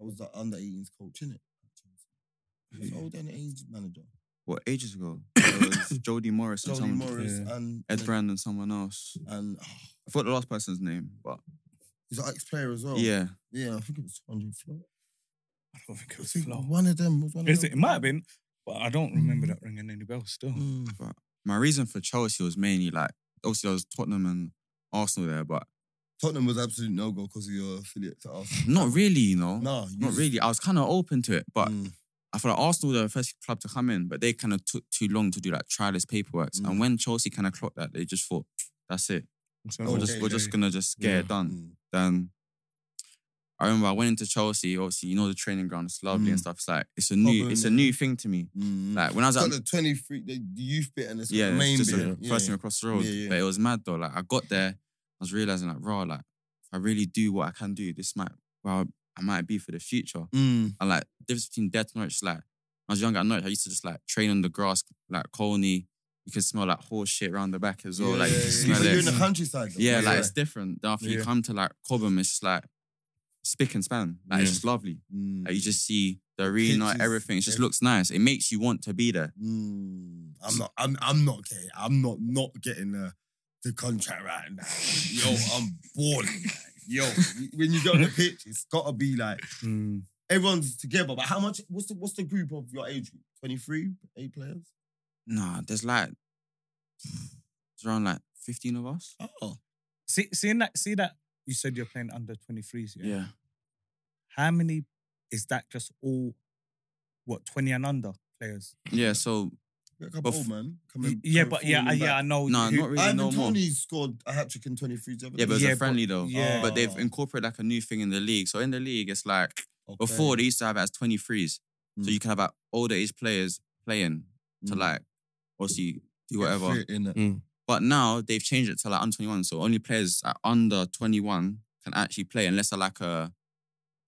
I was the under 18s coach, innit? He's Hmm. an old under 18s manager. what ages ago it was Jody Morris and Jody someone, Morris and Ed Brand, and someone else. and oh, I forgot the last person's name, but he's an ex-player as well. yeah, yeah. I think it was Andre Flo. I don't think it I was think flow. one of them was one. Is of it? them. It might have been, but I don't remember that ringing any bells. Still, Mm. my reason for Chelsea was mainly like obviously I was Tottenham and Arsenal there, but Tottenham was absolute no go because of your affiliate to Arsenal. not really, you know. No, you Not just- really. I was kind of open to it, but Mm. I feel like Arsenal were the first club to come in, but they kind of took too long to do like trialist paperwork. Mm. And when Chelsea kind of clocked that, they just thought, "That's it. So- We're just we're just gonna just get it Yeah. done." Mm. Then I remember I went into Chelsea. Obviously, you know the training ground, it's lovely Mm. and stuff. It's like it's a new it's a Cobham. new thing to me. Mm. Like when I was It's at got the 23, the the youth bit and it's got yeah, the it's main just bit. the yeah. first thing across the road. Yeah, yeah. But it was mad though. Like I got there, I was realizing like, raw, like if I really do what I can do, this might well I might be for the future. Mm. And like the difference between death and Norwich, like when I was younger at Norwich, I used to just like train on the grass, like colony. You can smell like horse shit around the back as well. like you yeah, can yeah, smell But you're it. in the countryside. Though. Yeah, like it's different. Then after you Yeah. come to like Cobham, it's just like spick and span. Like it's Yeah. just lovely. Mm. Like you just see the arena, Pictures, everything. It just everything. looks nice. It makes you want to be there. Mm. I'm not. I'm. I'm not getting. I'm not. Not getting the the contract right now. Yo, I'm bored. like, Yo, when you get on the pitch, it's gotta be like Mm. everyone's together. But how much? What's the What's the group of your age? group? 23, eight players. Nah, there's like it's around like 15 of us. Oh, See, seeing that, see that you said you're playing under 23s, yeah? Yeah. How many is that just all, what, 20 and under players? Yeah, so a couple Bef- old man. Y- Coming, yeah, but yeah, I- yeah, I know. no, who- not really, Ivan no more. Tony scored a hat trick in 23. Yeah, but it was Yeah, a but- friendly though. yeah. But they've Oh. incorporated like a new thing in the league. So in the league, it's like before they used to have it as 23s. So Mm. you can have like older age players playing to Mm. like obviously do whatever. in it. But now they've changed it to like under 21. So only players at under 21 can actually play unless they're like a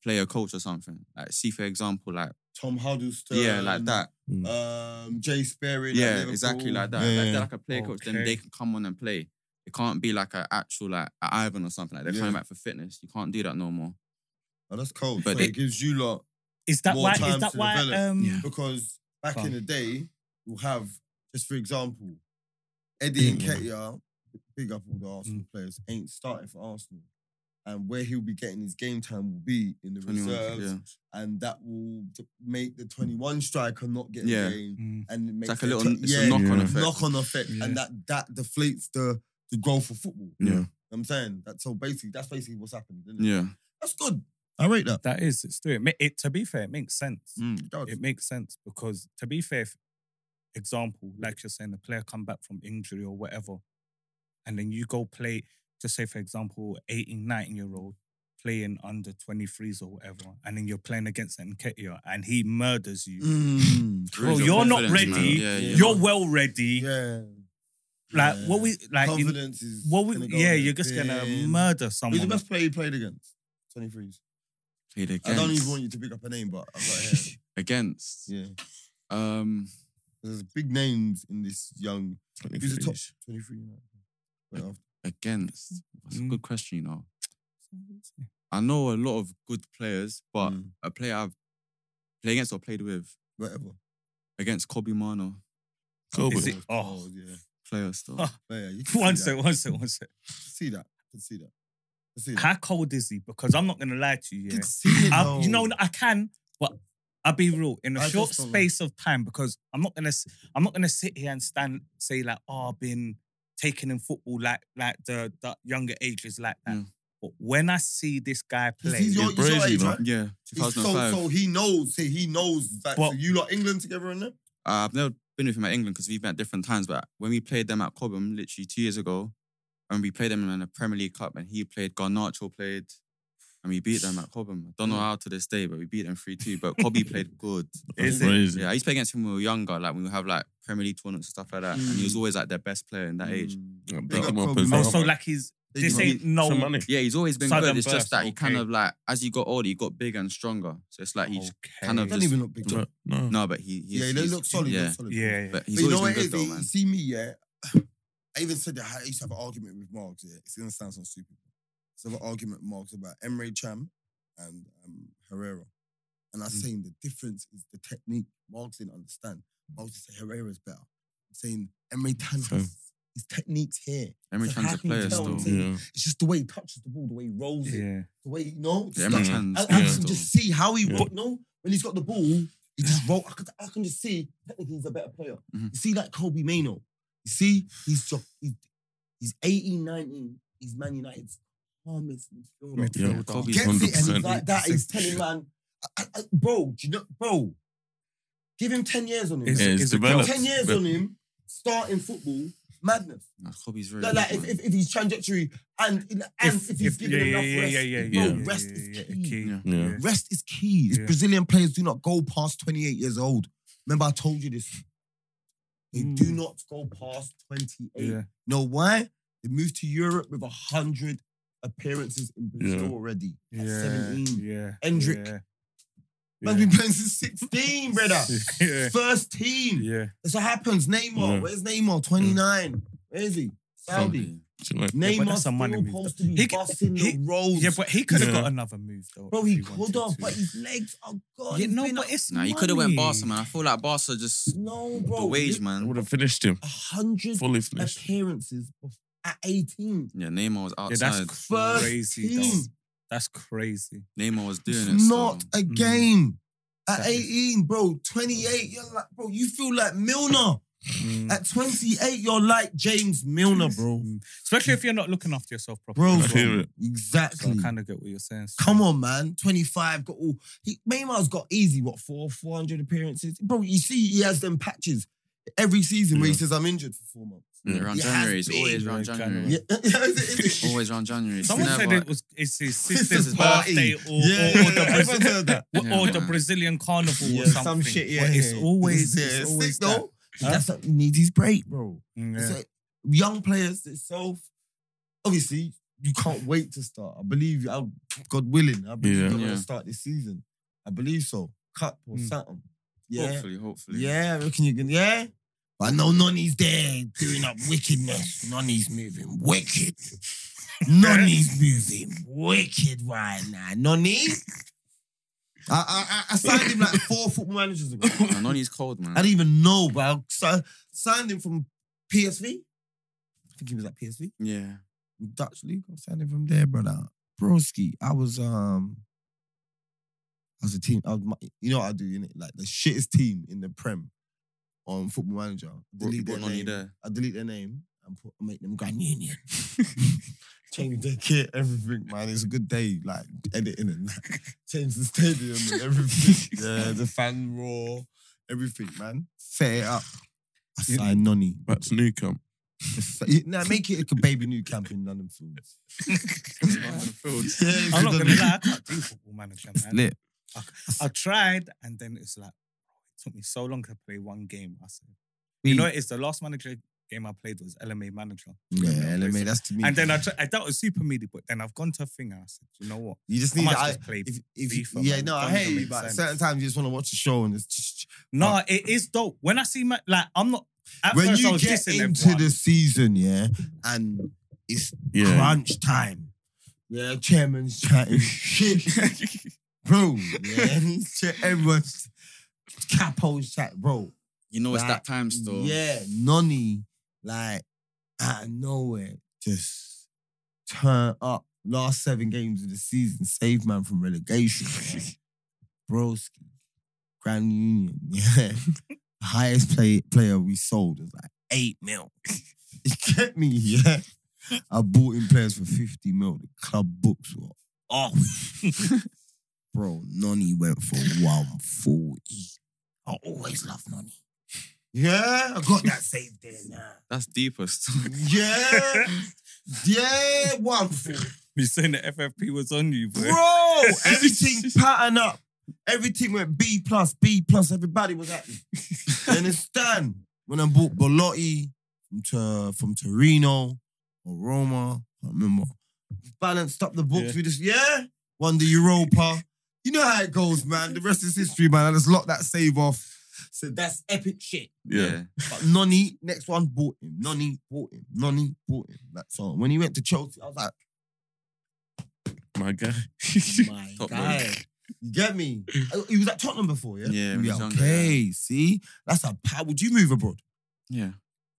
player coach or something. Like see, for example, like Tom Huddleston. yeah, like that. Um, Jay Sperry. at Yeah, Liverpool. exactly like that. Yeah, Like yeah. they're like a player coach, then Okay. they can come on and play. It can't be like an actual like a Ivan or something. Like they're Yeah. coming back for fitness. You can't do that no more. Oh, that's cold. But But they- it gives you lot Is that more why? time Is that to why? develop. Um, Yeah. because back Fun. in the day, you'll have just for example, Eddie Mm. and Ketia, big up all the Arsenal players, ain't starting for Arsenal, and where he'll be getting his game time will be in the 21, reserves, yeah. and that will t- make the twenty-one striker not get Yeah. a game, Mm. and it makes like a the little- tw- it's a yeah, knock-on yeah. effect. knock-on effect, Yeah. and that that deflates the the growth of football. Yeah. You know what I'm saying that. So basically, that's basically what's happened. isn't it? Yeah. That's good. I rate that. That is, it's doing it. it. To be fair, it makes sense. It does. It makes sense because, to be fair, if, example, like you're saying, the player come back from injury or whatever, and then you go play, just say, for example, 18, 19 year old playing under 23s or whatever, and then you're playing against Nketiah and he murders you. Mm. Ruins Bro, your you're not confidence, man. ready. Yeah, yeah. You're well ready. Yeah. Like, Yeah. what we, like, in- confidence is what we, gonna go yeah, in. you're just gonna Bin. murder Who's the someone. best player you played against? 23s. Played I don't against- even want you to pick up a name, but I've got it here. against. Yeah. Um, There's big names in this young. Who's the top 23s. 23? you know? Went after- against. That's Mm. a good question, you know. I know a lot of good players, but Mm. a player I've played against or played with Whatever. against Kobe Mano, Kobe. Is it- Oh, oh. yeah. player still. Oh. But yeah, you can One see that. sec, one sec, one sec. You can see that. You can see that. You can see that. How cold is he? Because I'm not gonna lie to you. You Yeah. can see it, I, you though. know, I can, but I'll be real. In a I short just don't space of time, because I'm not gonna, s- I'm not gonna sit here and stand say like, oh, I've been taken in football like like the, the younger ages like that. Mm. But when I see this guy Because play, he's Hmm. your, he's your Brazy, age, man. right? Yeah, He's so, 2005. so he knows. See, he knows that. But- so you lot England together in there? Uh, I've never been with him at England because we've met different times, but when we played them at Cobham literally two years ago, and we played them in the Premier League Cup, and he played, Garnacho played, and we beat them at Cobham. I don't know how to this day, but we beat them 3 2. But Kobe played good. Is it? Crazy. Yeah, I used to play against him when we were younger, like when we have like Premier League tournaments and stuff like that. And he was always like their best player in that age. Mm. I built Big up him up Kobe as Manu. well. also like he's Big this up. ain't no. Some money. Yeah, he's always been Sudden good. It's just burst, that he kind okay. of like as you got older, he got bigger and stronger. So it's like he's kind of Don't just- even look big. No, Oh. no. no, but he he's, Yeah, they he's- look solid. Yeah, look solid. yeah. yeah. but he's But you know always what it been is? good though, You man. see me, yeah. I even said that I used to have an argument with Marks. Yeah, it's gonna sound so stupid. So I have an argument with Marks about Emre Cham and um, Herrera, and Mm. I'm saying the difference is the technique. Marks didn't understand. Marks would say Herrera's better. I'm saying Emre Chan Same. has his techniques here. Emre So Chan's how a can you player tell still. him to- Yeah. It's just the way he touches the ball, the way he rolls it, Yeah. the way you know. Yeah, just Emre like- Chan's I, good I Yeah. can still. just see how he Yeah. ro- no when he's got the ball, he just roll. I, could, I can just see technically he's a better player. Mhm. Mm-hmm. You see like Kobe Mano. You see he's just, he's, he's 18, 19. He's Man United's calmest midfielder. Yeah. Yeah, Kobe's Gets it and he's 100%. like that. He's telling man, I, I, I- bro, do you know, bro, give him ten years on him. Is- Yeah, it's is it developed. ten years but- on him. Starting football, madness. Nah, Kobe's very Like, like if, if, if he's trajectory and and if, he's yeah, given yeah, enough yeah, rest, yeah, yeah, bro, yeah, yeah, rest yeah, is yeah, key. Yeah. Yeah. Rest is key. It's Yeah. Brazilian players do not go past 28 years old. Remember, I told you this. They do Mm. not go past 28. Yeah. Know why? They moved to Europe with a hundred appearances in Brazil Yeah. already. Yeah. At 17. Yeah. Hendrick. Yeah. Man's been playing since 16, brother. Yeah. First team. Yeah. Mm. That's what happens. Neymar. Yeah. Where's Neymar? 29. Where is he? Saudi. Chill Neymar Yeah, but that's a still money move, supposed to be He can- busting he- the roads. Yeah, but he could have Yeah. got another move though. Bro, if he wanted could have, to. but his legs are gone. yeah, He's no, been but a- it's Nah, you could have went money. Barca, man. I feel like Barca just no, bro. the wage, I man. would have finished him. A hundred Fully finished. appearances bef- at 18. Yeah, Neymar was Yeah, outside. that's First crazy. team. Though. That's crazy. Neymar was doing It's it. still. not a Mm. game. At That is- 18, bro, 28, you're like, bro, you feel like Milner. Mm. At 28, you're like James Milner, bro. Mm. Especially if you're not looking after yourself properly. Bro, I hear it. So exactly. I kind of get what you're saying. Come on, man. 25, got all. He, Neymar's got easy, what, four, 400 appearances? Bro, you see, he has them patches every season where he Yeah. says, I'm injured for four months. Mm. Yeah, around It has January. It's been. always around Yeah, January. January. Yeah. Is it- is it- Always around January. It's Someone said never- it was it's his Sister's sister's party. birthday or, Yeah, or, or the, yeah, Brazil- everyone's heard that. or- or the Yeah. Brazilian carnival Yeah, or some something. shit, yeah, But it's yeah. always, Yeah, it's it's always sick, that. though. That's what he needs his break, bro. Mm, It's yeah. like young players itself, obviously, you can't wait to start. I believe, I, God willing, I believe Yeah. you're going Yeah. to start this season. I believe so. Cup or Mm. something. Yeah. Hopefully, hopefully. Yeah, I reckon you can. Yeah. But I know Nonny's there doing up wickedness. Nonny's moving wicked. Nonny's moving wicked right now. Nonny. I, I, I- I signed him like four football managers ago. Man, Nonny's cold, man. I didn't even know, but I si- signed him from PSV. I think he was at PSV. Yeah. Dutch league. I signed him from there, brother. Broski. I was um I was a team. I was my, you know what I do, innit? Like the shittest team in the Prem on football manager. Brought, you Delete their brought Nonny name. there. I delete their name and put make them Grand Union. Change their kit, everything, man. It's a good day, like editing and like, change the stadium and everything. yeah, the fan roar, everything, man. Set it up. I Yeah. signed Nonny. Back to Newcomb. Now make it like a baby new camp in London Fields. I'm not gonna lie, I can't do football manager, man. Lit. I tried, and then it's like it took me so long to play one game. I said, you know, it's the last manager game I played was LMA manager, Yeah, LMA, that's to me. and then I, tri- I that was super media, but then I've gone to a thing. And I said, you know what? you just I need. might I- just play if, if, FIFA, yeah, man. no, I Don't hear even you, make but sense. certain times you just want to watch a show and it's just. No, it is dope. When I see my like, I'm not. At when first, I you was get dissing into everyone. the season, yeah, and it's Yeah. crunch time. Yeah, chairman's chatting shit, bro. Yeah, Cha- everyone's capo's chat, bro. You know, it's Like, that time still. Yeah, Nonny, like out of nowhere, just turn up. Last seven games of the season, save man from relegation. yeah. Broski, Grand Union, yeah. Highest play, player we sold was like eight mil. You get me, yeah. I bought in players for 50 mil. The club books were off. Bro, Nonny went for 140. I always love Nonny. Yeah, I got that saved there now. That's deepest. Yeah. Yeah, one for You saying the FFP was on you, bro? Bro, everything pattern up. Everything went B plus, B plus. Everybody was happy. you understand? When I bought Bolotti from, to, from Torino or Roma, I can't remember. Balanced up the books. Yeah. We just, yeah, won the Europa. You know how it goes, man. The rest is history, man. I just locked that save off. So that's epic shit. Yeah. But Nonny, next one, bought him. Nonny bought him. Nonny bought him. That's all. When he went to Chelsea, I was like, My guy. my Top guy. man. You get me? Uh, He was at Tottenham before, yeah? Yeah, when Yeah, he was okay, see? That's a power. Would you move abroad? Yeah.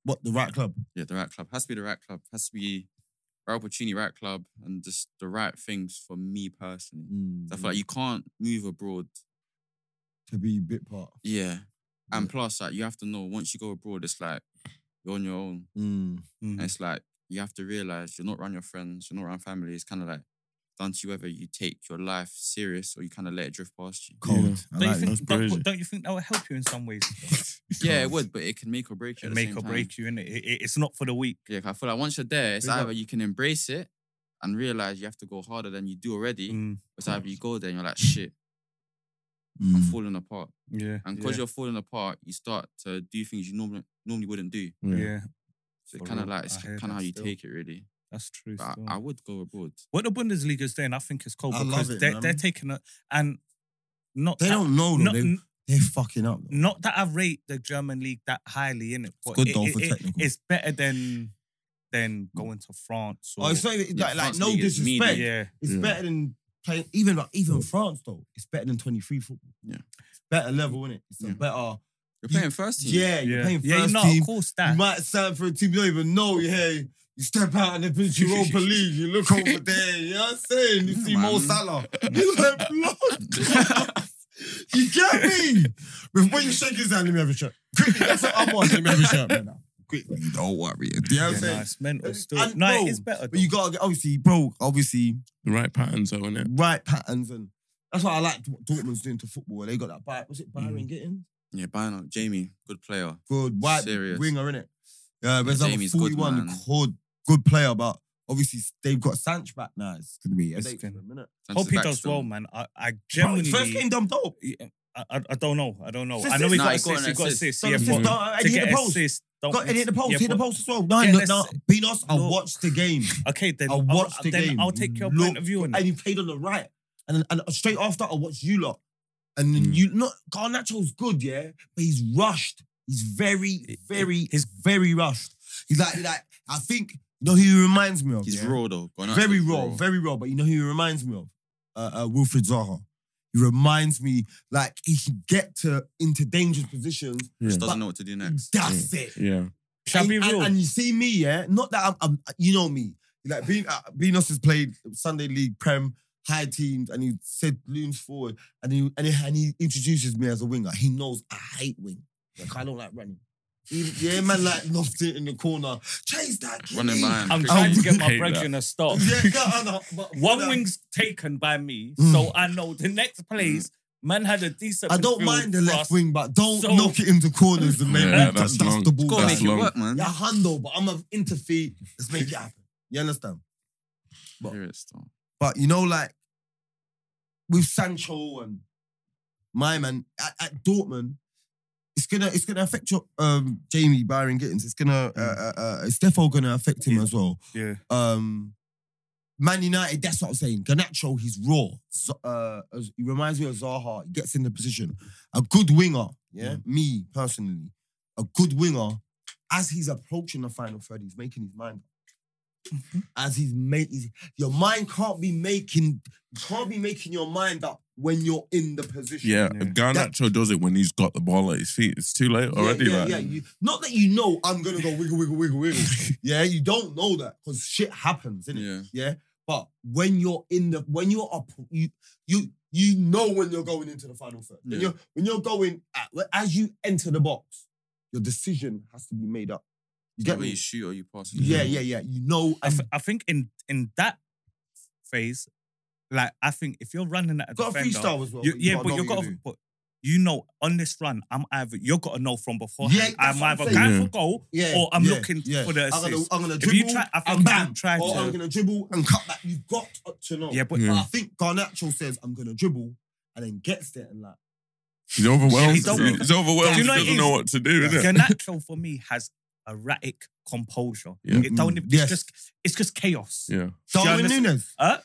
What, the right club? Yeah, the right club. Has to be the right club. Has to be right opportunity, right club, and just the right things for me personally. I feel like you can't move abroad. Mm, to be bit part. Yeah. And plus, like, you have to know once you go abroad, it's like you're on your own. Mm. And it's like you have to realize you're not around your friends, you're not around family. It's kind of like down to you whether you take your life serious or you kind of let it drift past you. Cold. I Don't you, like that's think, crazy. don't, don't you think that will help you in some ways? Yeah, it would, but it can make or break you. It at the make same or time. break you, innit? It, it, it's not for the weak. Yeah, 'cause I feel like once you're there, it's Big up. either you can embrace it and realize you have to go harder than you do already, or Mm, it's either you go there and you're like, shit, that. I'm Mm. falling apart. yeah. And because yeah, you're falling apart, you start to do things you normally normally wouldn't do. yeah. So For it kind of real. like it's I kind hear of that how you still. take it really. That's true. But still. I, I would go abroad. what the Bundesliga is doing, I think it's cool I love because it, they're, man. they're taking a and not They that, don't know not, them. They, they're fucking up. though. not that I rate the German league that highly in it. But good it- though it- for it- technical. It's better than than going to France or Oh, it's not even, Yeah, like, like France no league is mean, disrespect. yeah. It's Yeah. better than playing even like even France though. It's better than 23 football. Yeah. It's better level, is it? It's Yeah. a better. You're You- playing first team. Yeah, you're playing yeah, first no, team. of course You that. might sign for a team you don't even know. Yeah, you step out in the pitch, Europa League. You look over there. You know what I'm saying? You see Mo Man. Salah. You like blood. you get me? But when you shake his hand, let me have a shot. Quickly, that's what I'm on. Let me have a shot right now. Quickly, don't worry. You know what I'm yeah, saying? no, it's mental And- still. and no, bro, it's better. But you though. gotta get obviously, bro. Obviously, The right patterns though, innit? right patterns and. That's why I like what Dortmund's doing to football. They got that By was it Byron getting? Yeah, Bayern. Jamie, good player. Good white Serious. winger, innit? Yeah, but it's like a Jamie's good, 41 man. good, good player, but obviously they've got Sanch back now. It's gonna be a It's headache for a gonna- minute. Sanchez hope he back does still. well, man. I, I Bro, genuinely. first game done dope. Yeah, I, I, I don't know. I don't know. It's I know he assist. got Nah, he got assists. He an got assist. assists. Some Yeah, assist but done, and to he hit get the post. assists, don't- Got and hit the post, yeah, hit the but- post as well. No, no, let's no. say- Beanos, I Look. watched the game. Okay, then I I'll, watched the then game. I'll take your Look, point of view on And it. he played on the right. And and straight after I watched you lot. And then Mm. you not Garnacho's good, yeah, but he's rushed. He's very, very, he's very rushed. He's like, like I think you know who he reminds me of. He's yeah? raw though. Garnacho's very raw, very raw. But you know who he reminds me of? Uh, uh, Wilfred Zaha. He reminds me like he can get to into dangerous positions. Just Yeah. doesn't know what to do next. That's it. Yeah. Shall and, be and- real. and you see me, yeah. Not that I'm, I'm you know me. Like being uh, Beanos has played Sunday League Prem high teams, and he said looms forward, and he and he, and he introduces me as a winger. He knows I hate wing. Like I don't like running. He- yeah, man, like lost it in the corner. Chase that. Kid. Running behind. I'm Quick. trying to I get my hate brethren a stop. Yeah, no, I know, but- One but- wing's taken by me, Mm. so I know the next plays. Man had a decent. I don't midfield mind the left cross. wing, but don't So- knock it into corners and make Yeah, me that's that's, that's long. the ball. Gotta That's make it long. work, man. Yeah, handle, but I'm of interfere. Let's make it happen. You understand? but- Serious though. But you know, like with Sancho and my man at, at Dortmund, it's gonna it's gonna affect your um Jamie Byron Gittins. It's gonna uh, uh, uh, it's definitely gonna affect him Mm. Yeah. as well. Yeah. Um, Man United, that's what I'm saying. Ganacho, he's raw. Z- uh, as- he reminds me of Zaha. He gets in the position. A good winger, yeah. Mm. Me personally, a good winger. As he's approaching the final third, he's making his mind. Mm-hmm. up. As he's making, your mind can't be making, can't be making your mind up when you're in the position. Yeah. Yeah. Garnacho does it when he's got the ball at his feet. It's too late already, yeah, yeah, like. yeah. You, not that you know I'm gonna go wiggle, wiggle, wiggle, wiggle. yeah, you don't know that because shit happens, innit? Yeah. Yeah. But when you're in the when you're up, you you you know when you're going into the final third. When Yeah. you're when you're going at, as you enter the box, your decision has to be made up. You get Whether me? you shoot or you pass. it. Yeah, yeah, yeah. You know, I, and th- I think in in that phase, like I think if you're running at a got a defender, freestyle as well. you- yeah, but know you what got to, but you know on this run, I'm either you got to know from before. Yeah, that's I'm what I'm either saying. going Yeah. for goal yeah, or I'm yeah, looking yeah. for the I'm gonna, assist. I'm gonna If you dribble try- I think and you bam, try or to- I'm gonna dribble and cut back. You've got to know. Yeah, but Yeah. But I think Garnacho says I'm gonna dribble and then gets there and like He's overwhelmed. He don't- he's overwhelmed. Do you know he it doesn't is- know what to do, your innit? natural for me has erratic composure. Yeah. It don't. It's Mm. Yes. just it's just chaos. Yeah. Darwin understand? Nunes. Huh?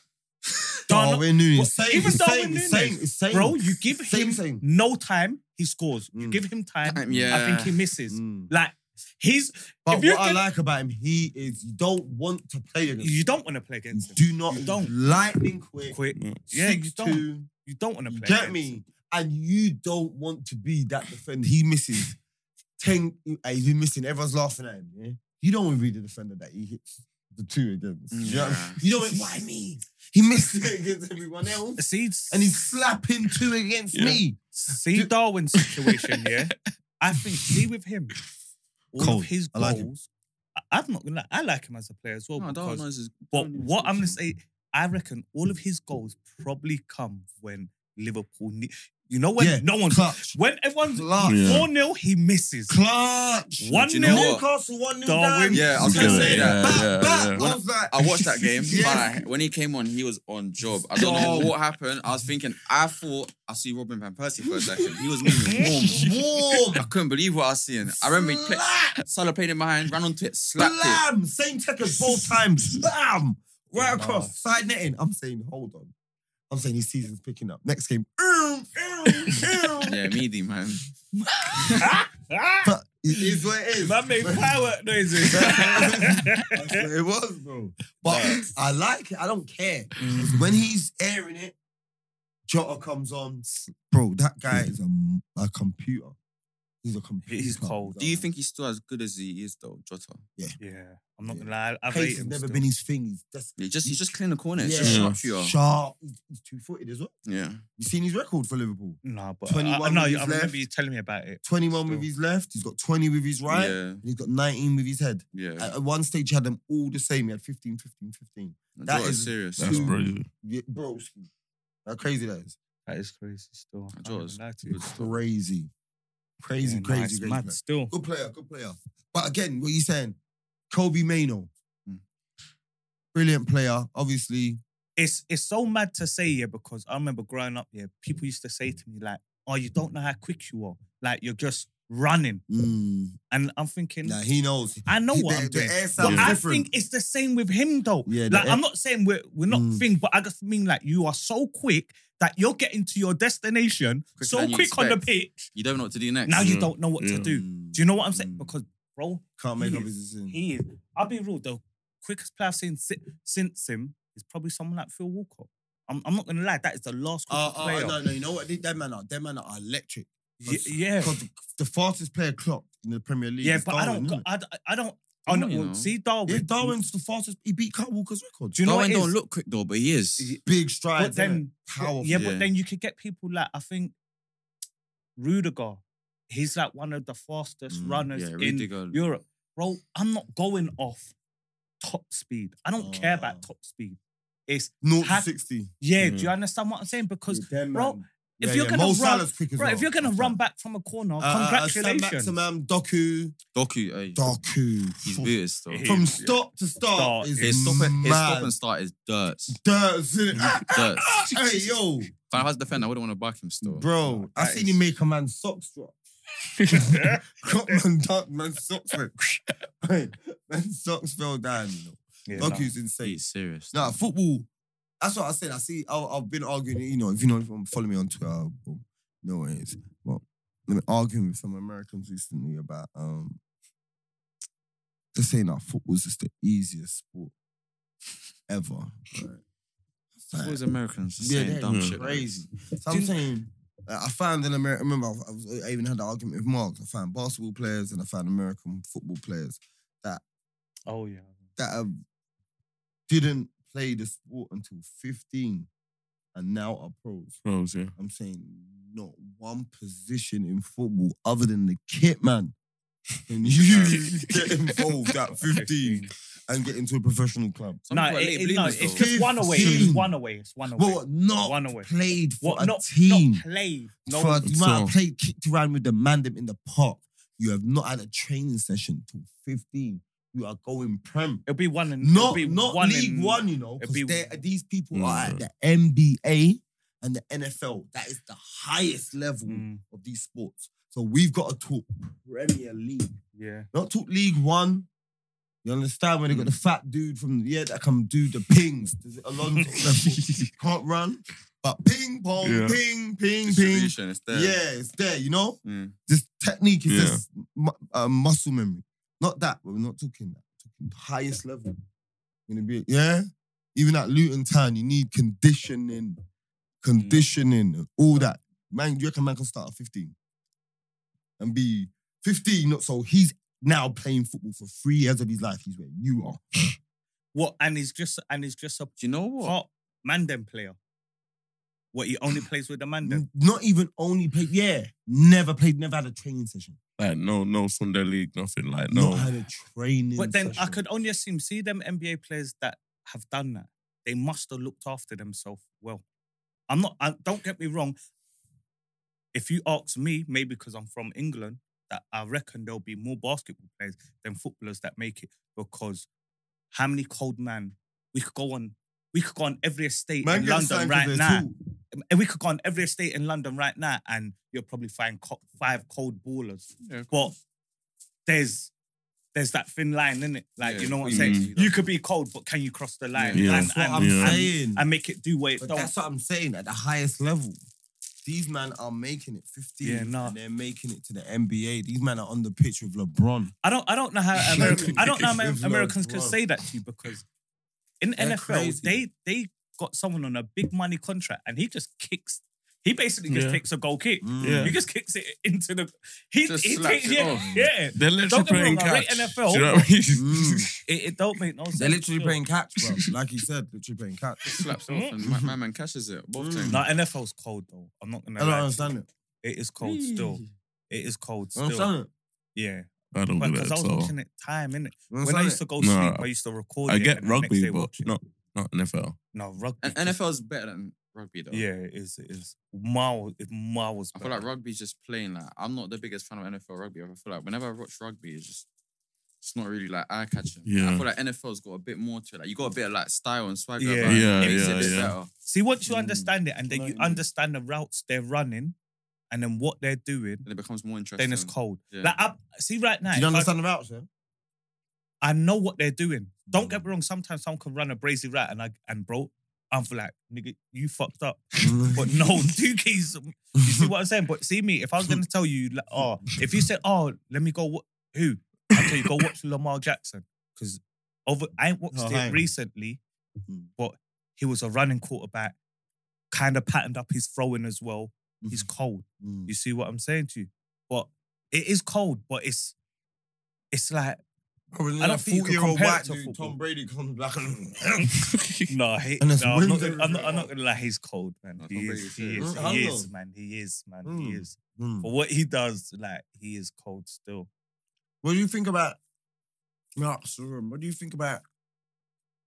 Darwin- Darwin Nunes. Well, Same, even same, Darwin same, Nunes, same, same. Bro, you give him Same, same. no time, he scores. You Mm. give him time, Time, I think yeah. he misses. Mm. Like he's But If what you I can- like about him, he is you don't want to play against. him. you don't want to play against him. do not you don't. lightning quick. Quick. Yeah. Yeah, you 6'2", don't. You don't want to you play. get against me, him. and you don't want to be that defender. He misses ten. uh, He's been missing. Everyone's laughing at him. Yeah, you don't want to be the defender that he hits the two against. You, know what I mean? Yeah. You don't. want- Why me? He missed it against everyone else, See, and he's slapping two against Yeah. me. see Do- Darwin's situation. Yeah, I think see with him, all Cold. of his I goals. I like him. I'm not gonna. Lie. I like him as a player as well. No, because, Darwin Moyes is- but Darwin Moyes is what I'm gonna decent. say, I reckon all of his goals probably come when Liverpool need. You know when Yeah, no one's Clutch. when everyone's Clutch. Yeah. four 0 he misses. Clutch. One Do you nil. know what? Newcastle 1 0 Darwin. down. Yeah, I was Yeah, gonna yeah, say that. Back, yeah, back. yeah. I was like, I watched that game, Yeah. but I- when he came on, he was on job. I don't know what happened. I was thinking, I thought I see Robin van Persie for a second. He was moving warm. Warm. I couldn't believe what I was seeing. I remember he play, Slap. Salah played in my hand, ran onto it, slapped it. Blam. Same checkers both times. Bam. Right Wow. across. Side netting. I'm saying, hold on. I'm saying his season's picking up. Next game. Ew, ew, ew. Yeah, meaty man. But it is what it is. Ah! Man made firework noises. That's what it was, bro. But I like it. I don't care. When he's airing it, Jota comes on. Bro, that guy is a, a computer. He's a computer. He's cold. Do you think he's still as good as he is though, Jota? yeah, I'm not gonna lie. I've pace hated has him never still. been his thing? He's just He just he's just clean the corner. It's Yeah. just Yeah. sharp shooter. sharp. He's, he's two footed as well. Yeah. You seen his record for Liverpool? Nah, but I, 21 I know. I minutes remember left. you telling me about it. 21 Still. with his left. He's got 20 with his right. Uh, Yeah. And he's got 19 with his head. Yeah. At at one stage, he had them all the same. He had 15, 15, 15. that Jota's is- serious. That's Ooh. crazy. Yeah, bro, how crazy that is. That is crazy. Still, I Joe is can't lie to you. good stuff. Crazy. Crazy, Yeah, nah, crazy, it's crazy. mad player. still. Good player, good player. But again, what you saying? Kobe Mano. Hmm. Mm. Brilliant player, obviously. It's it's so mad to say yeah because I remember growing up yeah people used to say to me like oh you don't know how quick you are like you're just running Mm. and I'm thinking Nah, he knows. I know He- what the, I'm the doing. air But sounds I different. think it's the same with him though. Yeah, the like I'm not saying we're we're not Mm. thing, but I just mean like you are so quick that you're getting to your destination Quicker so than you quick on the expect. pitch. You don't know what to do next. Now you Yeah. don't know what to Yeah. do. Mm. Do you know what I'm saying? Mm. Because bro, Can't make He up is- his decision. he is. I'll be real. The quickest player I've seen si- since him is probably someone like Phil Walker. I'm, I'm not gonna lie. That is the last Oh, Uh, quickest uh, player. no, no, you know what? They- Them man are, them man are electric. Y- yeah, Because the, the fastest player clocked in the Premier League. yeah. is But I Darwin, don't. isn't go- it? I, d- I don't. I Darwin, don't you know. see Darwin. Yeah, Darwin's the fastest. He beat Kurt Walker's record. Do you know what Darwin it don't is? look quick though, but he is. Y- Big strides. But then, innit? powerful. yeah, yeah. but then you could get people like I think Rudiger. He's like one of the fastest Mm, runners yeah, in Rudiger. Europe. Bro, I'm not going off top speed. I don't care Oh. about Ah. top speed. It's Naught to Have- sixty. yeah. Mhm. Mm. Do you understand what I'm saying? Because Yeah, them bro, man. if Yeah, you're yeah. gonna Mo run, Salah's quick as Bro, well. if you're gonna That's run right. back from a corner, Uh, uh, uh, Sam congratulations. Maximum, Doku, Doku, hey, Doku. he's beautiful though. He- From Yeah. stop to start, Start. is His stop, and, his stop mad. and start is dirt. Dirt, isn't it? dirt. hey yo, If I was a defender, I wouldn't want to back him still. bro, I That seen is- you make a man socks drop. Crop man, duck man, socks fell. Hey, man, socks fell down. You know. Yeah, nah. Docu's insane. He's serious. Nah, football. That's what I said. I see. I, I've been arguing. You know, if you know, if you follow me on Twitter, uh, I'll- you know what it is. But I've been arguing with some Americans recently about um, they're saying that football's just the easiest sport ever. Right? What Like, is Americans just yeah, saying they're dumb crazy. shit? like crazy. this? So I'm saying, like, I found in America. Remember, I, was, I even had an argument with Mark. I found basketball players and I found American football players Oh yeah. that have, didn't play the sport until 15 and now are pros. Pros, yeah. I'm saying not one position in football other than the kit man. And you get involved at 15 and get into a professional club. Some no, people are it- late it- no, bloomers, it's though. just one away. It's one away. It's one away. Well, what, not One away. played for What, a not, team. not play. No, for, you might have So- played kicked around with the man them in the park. You have not had a training session till 15. You are going prem. it'll be one and it'll Not, be not one League in- One, you know. it'd 'cause be- they're- these people Mm. are at the NBA and the NFL. That is the highest level Mm, of these sports. So we've got to talk Premier League, yeah. not talk League One. You understand when they got the fat dude from yeah that can do the pings, Does it Alonso level? can't run, but ping pong, Yeah. ping, ping, ping. Distribution, it's there. Yeah, it's there, you know? Mm. This technique is Yeah. just mu- uh, muscle memory. Not that, we're not talking that. We're talking the highest level. Gonna be, yeah? Even at Luton Town, you need conditioning, conditioning, and all that. Man, you reckon man can start at 15 and be 15, not so he's now playing football for three years of his life. He's where you are. What and he's just and he's just a Do you know what? hot Mandem player. What he only plays with the Mandem. N- Not even only played, yeah, never played, never had a training session. Like no, no Sunday league, nothing like Not no. had a training But then I session. could only assume see them NBA players that have done that. They must have looked after themselves well. I'm not. I, don't get me wrong. If you ask me, maybe because I'm from England, that I reckon there'll be more basketball players than footballers that make it because how many cold man we could go on. We could go on every estate Man, in get London signed right for now. this. And we could go on every estate in London right now, and you'll probably find co- five cold ballers. Yeah, of But there's there's that thin line in it. Like Yeah, you know what I'm mm. saying. You don't- You could be cold, but can you cross the line? Yeah. And, That's what and- I'm Yeah. saying. and make it do what it But don't. that's what I'm saying. At the highest level, these men are making it 15. Yeah, nah. And they're making it to the NBA. These men are on the pitch with LeBron. I don't. I don't know how American, I don't know how It's Amer- Americans can love. say that to you because in They're NFL crazy. they they got someone on a big money contract and he just kicks. He basically just Yeah. takes a goal kick. Mm. Yeah. He just kicks it into the. He, Just he slaps takes, it yeah, off. yeah. They're literally Don't get me playing wrong, I rate catch. NFL. Do you know what I mean? Mm. It, it don't make no sense. They're literally Sure. playing catch, bro. Like you said, literally playing catch. Slaps off and my, my man cashes it. Both Mm. times. No, NFL's cold though. I'm not gonna. I don't lie. understand it. It is cold still. It is cold I don't still. understand it. Yeah, I don't but do that because I at was all. watching it time in it. I don't When I understand used it. to go No, sleep, I used to record. I it get and the next day rugby, but watch it. not not NFL. no rugby. And just- NFL's better than rugby though. Yeah, it is. It is. Miles, if miles. I feel like rugby's just plain like I'm not the biggest fan of NFL rugby. I feel like whenever I watch rugby, it's just it's not really like eye catching. I Yeah. feel like NFL's got a bit more to it. Like you got a bit of like style and swagger. Yeah. but Yeah, it makes it a yeah, bit yeah. better. See, once you Mm. understand it, and then Know you what I mean? understand the routes they're running, and then what they're doing, And it becomes more interesting. then it's cold. Yeah. Like, I, see, right now, Do you if I- understand the routes, yeah? I know what they're doing. Hmm. Don't get me wrong. Sometimes someone can run a brazy rat, and I and bro, I'm like, nigga, you fucked up. But no, Dookie's. You see what I'm saying? But see me, if I was gonna tell you, like, oh, if you said, oh, let me go, wa- who? I tell you, go watch Lamar Jackson because over. I ain't watched Oh, it hang on. recently, Mm. but he was a running quarterback. Kind of patterned up his throwing as well. He's cold. Mm. You see what I'm saying to you? But it is cold. But it's it's like Probably I don't like think you can 40-year-old compare it white to dude, football. Tom Brady comes back and No, he, And it's no I'm, not, winter as I'm, not, I'm well. not gonna lie, he's cold, man. No, He Tom is, Brady's he here. is, Mm, he I is, know. man. He is, man. He Mm. is. Mm. For what he does, like he is cold still. What do you think about Mark's room? What do you think about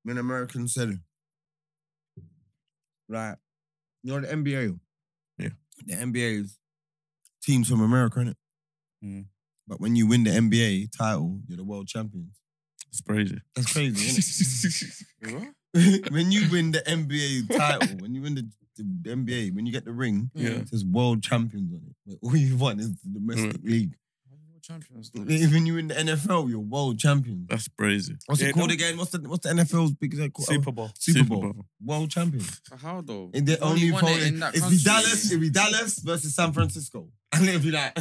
when Americans said, like, you know, the NBA? Yeah. The NBA is teams from America, innit? Mm-hmm. Mm. But when you win the NBA title, you're the world champions. It's crazy. That's crazy, What? innit? when you win the NBA title, when you win the, the NBA, when you get the ring, Yeah. it says world champions on it. But all you want is the Mm. domestic league. How you all champions though? Even you in the NFL, you're world champions. That's crazy. What's Yeah, it called no. again? What's the what's the NFL's big they're called- Oh, Super Bowl. Super, Bowl. World champion. But How though? And they You only won it probably- in that it'd be country. Dallas, it'd be Dallas versus San Francisco. And it'd be like,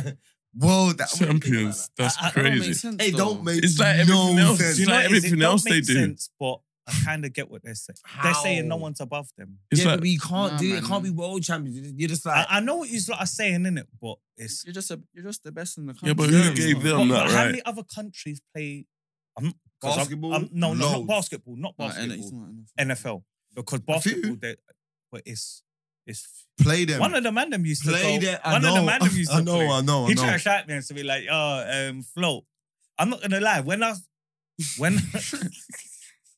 whoa, that what do you think Champions. That's I- I- I don't That don't crazy. make sense, about that? Hey, though. don't make It's like no everything else. sense. You know, like what it is? It everything don't else they make do. Sense, but I kind of get what they're saying. They're saying no How? one's above them. It's yeah, like but we can't Nah, do it. man. Can't be world champions. You're just, you're just I, like, I know what you lot are saying in it, but it's. You're just a, you're just the best in the country. yeah, but Yeah, who gave it's not- them But- that but How right? many other countries play? I'm, 'cause I'm- Basketball? I'm- no, no, Loads. not basketball. Not Nah, and it's basketball. not NFL NFL. because A few. basketball, they, but it's it's play them. One of the man them used to play go. them. I One know, of the man them used to I know, play. I know, I he know. tried to shout me and to be like, "Oh, um, float." I'm not gonna lie. When I when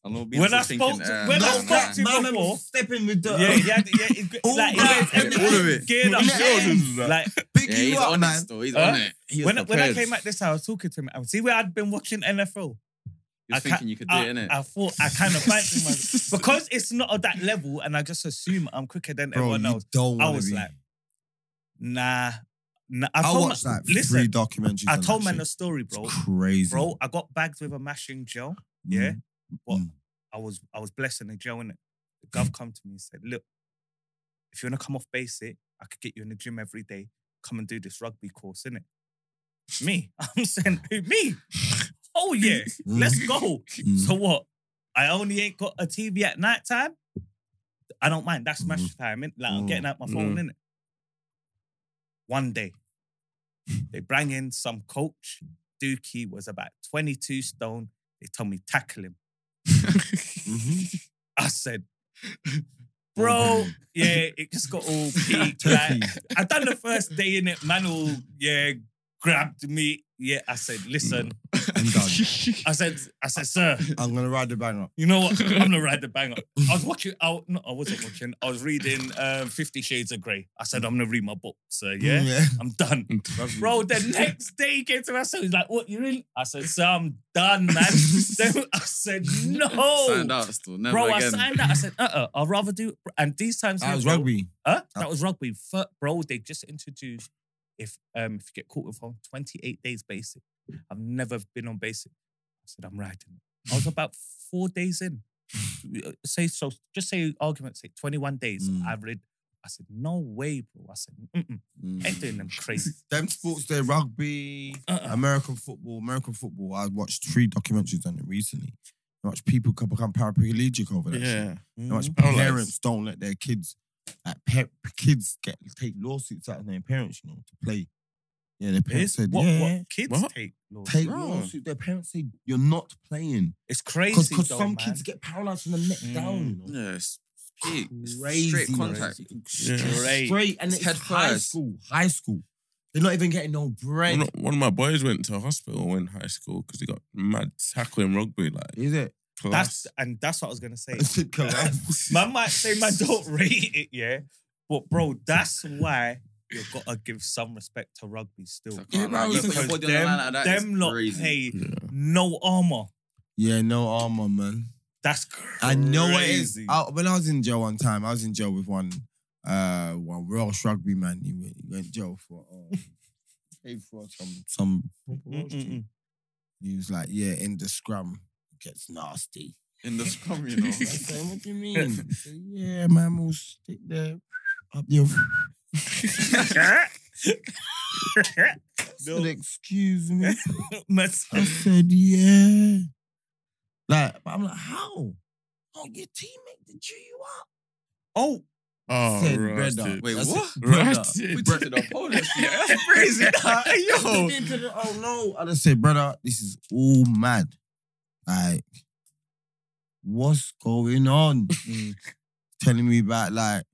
I know When I Beatles thinking, spoke to- uh, when I nah, spoke nah. to- man, before. stepping with the yeah, yeah, yeah, it- All like, black, yeah, everything. everything geared up. Yeah. Yeah. Like pick Yeah, you he's up, on man. it. Though. He's uh, Huh? on it. He is when I- when I prepared. came at this, I was talking to him. I see where I'd been watching NFL. you're I uh, thinking can't- you could do I, it, innit? I thought I kind of fancied myself because it's not at that level, and I just assume I'm quicker than Bro, everyone you else. don't I wanna was be- like, Nah, nah. I, I told watched my, like listen, three documentaries. I on told that man the shit. story, bro. It's crazy, Bro, I got bagged with a mashing gel. Yeah. Mm. But I was I was blessed in the gel, innit? The gov come to me and said, Look, if you wanna come off basic, I could get you in the gym every day. Come and do this rugby course, innit? Me. I'm saying, who me? Oh yeah, Mm. let's go. Mm. So what? I only ain't got a TV at night time. I don't mind. That's mash time. innit? Like I'm Mm. getting out my phone, innit? One day, they bring in some coach. Dookie was about 22 stone. They told me tackle him. Mhm. I said, bro, Oh. yeah, it just got all peaked. Like, I done the first day in it, man. All yeah, grabbed me. Yeah, I said, Mm. listen. I'm done. I said, I said, sir, I'm gonna ride the bang up. you know what? I'm gonna ride the bang up. I was watching. I, no, I wasn't watching. I was reading uh, Fifty Shades of Grey. I said, I'm gonna read my book, sir. Mm, Yeah, Hmm. I'm done. Bro, the next day he came to my cell. He's like, "What you really?" I said, "Sir, I'm done, man." Then I said, "No, Signed out still. Never Oh, bro." I again. signed out. I said, "Uh, uh-uh, uh, i would rather do." And these times, That here, was bro- rugby. Huh? That was rugby, Fu- bro. They just introduced if um if you get caught with one, 28 days basic. I've never been on basic. I said, "I'm riding." I was about four days in. Uh, Say so. Just say argument. Say 21 days. Mm. I read. I said, "No way, bro." I said, Mm-mm, Mm. "Ain't doing them crazy." Them sports, they're rugby, Uh-uh. American football, American football. I watched three documentaries on it recently. How much people can become paraplegic over that. shit. Yeah. How Mm-hmm. much Oh, like- parents don't let their kids, like pe- kids, get take lawsuits out of their parents, you know, to play. Yeah, their parents said, what, yeah, what kids What? take. Lord. take Bro. lawsuits. Their parents say you're not playing It's crazy. because though, some man. kids get paralyzed from the neck Mm. down. You know? Yeah, it's peak. It's crazy, Straight man. contact. Straight. Straight and It's it's, head high first. school. High school. They're not even getting no bread. One of, one of my boys went to hospital in high school because he got mad tackle in rugby. Like, Is it? class. That's and that's what I was gonna say. It's a collapse. man might say man don't rate it, yeah, but bro, that's why you gotta give some respect to rugby still. I can't Yeah, lie. bro, You because put your body on the them, line like that. them it's lot crazy. pay Yeah. no armor. yeah, no armor, man. That's crazy. I know it is. I, when I was in jail one time, I was in jail with one uh one Welsh rugby man. He went, he went jail for um, paid for some some. Mm-mm-mm. He was like, yeah, in the scrum it gets nasty. in the scrum, you know. I said, what do you mean? He said, yeah, man, we'll stick there up your. I no, said, Excuse me. mess. I said, yeah. Like, but I'm like, how? Oh, your teammate did chew you up. Oh, Oh, Said, right. "Brother." dude. Wait, That's what? it. Brother. Right. We took it up. Hold it. yeah, that's crazy. He Yo, did to the- oh no. I just said, brother, this is all mad. Like, what's going on? Mm, Telling me about like,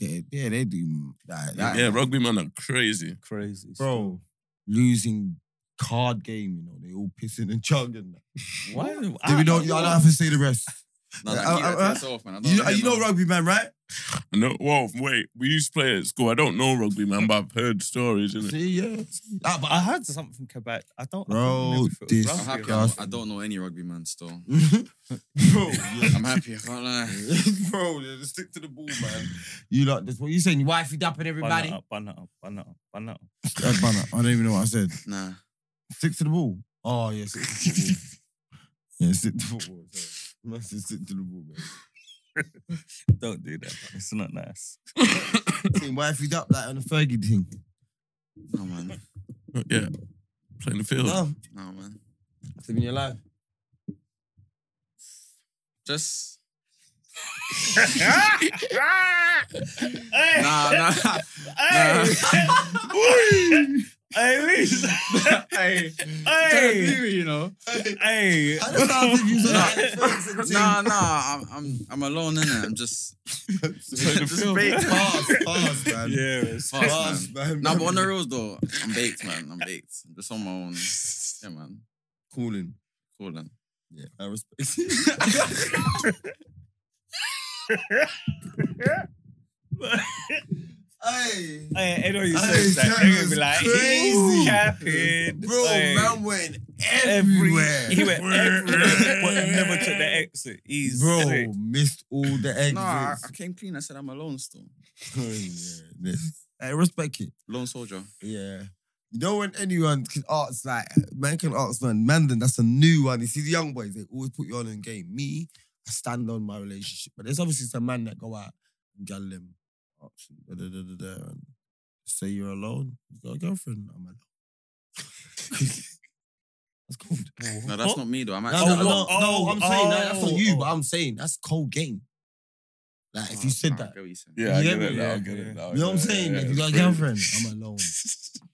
yeah, yeah they do like that. Yeah, rugby man are crazy. crazy, bro. Losing card game, you know, they all pissing and chugging. Why? Then we don't, I don't have to say the rest. No, no, Uh, keep that to uh, yourself, man. I don't You, hear you know no- rugby man, right? No, well, wait. We used to play at school. I don't know rugby man, but I've heard stories. Isn't it? See, yeah. Ah, but I heard something about. I don't. I Bro, don't know if it was this- I'm rugby happy. or I'm, Disgusting. I don't know any rugby man still. bro, yeah. I'm happy. I can't lie. bro, yeah, just stick to the ball, man. You like that's what you saying? You wifey dapping everybody. Bun it up, bun it up, bun it up, bun it up. Uh, Banner, I don't even know what I said. Nah. Stick to the ball. Oh yes, yeah, stick to the ball. yeah, stick to football. Must stick to the ball, man. Don't do that. man. It's not nice. Team wifey up like on the Fergie thing. No, man. Yeah, playing the field. No, No, man. that's in your life. Just. Ah! hey, Nah, nah. hey, hey, Lisa. hey. Don't hey, do it, you know. hey. I don't know if you said Nah, nah. I'm, I'm, I'm alone in it. I'm just. just baked. Pause, pause, man. Yeah, it's Pause, Pause, man. man. Nah, but on the reals though, I'm baked, man. I'm baked. I'm just on my own. Yeah, man. calling. Cool then. Yeah, I respect. hey, Hey, I know you Hey, said that. that They're gonna be was like, crazy. he's capping. bro, Hey, man went every- everywhere. He went everywhere, but never took the exit. He's Bro, sick. missed all the exits. No, I, I came clean. I said I'm alone still. yeah, I respect it. Lone soldier. Yeah. You know when anyone can arts like man can arts man, Mandan, that's a new one. You see the young boys, they always put you on in game. Me, I stand on my relationship. But there's obviously some man that go out and gal them arts and da, da, da, da, da, and say you're alone. You got a girlfriend, I'm alone. that's cold. No, that's What? not me though. I'm No, actually. no, Oh, no, no, oh, I'm saying that, that's oh, not you, oh. but I'm saying that's cold game. Like Ah, Oh, if you said that, Yeah, I You get get it. me? now, I Yeah, get yeah. it. now, I you know what I'm get it, saying? oh, yeah, if yeah, you got a it's girlfriend, I'm alone.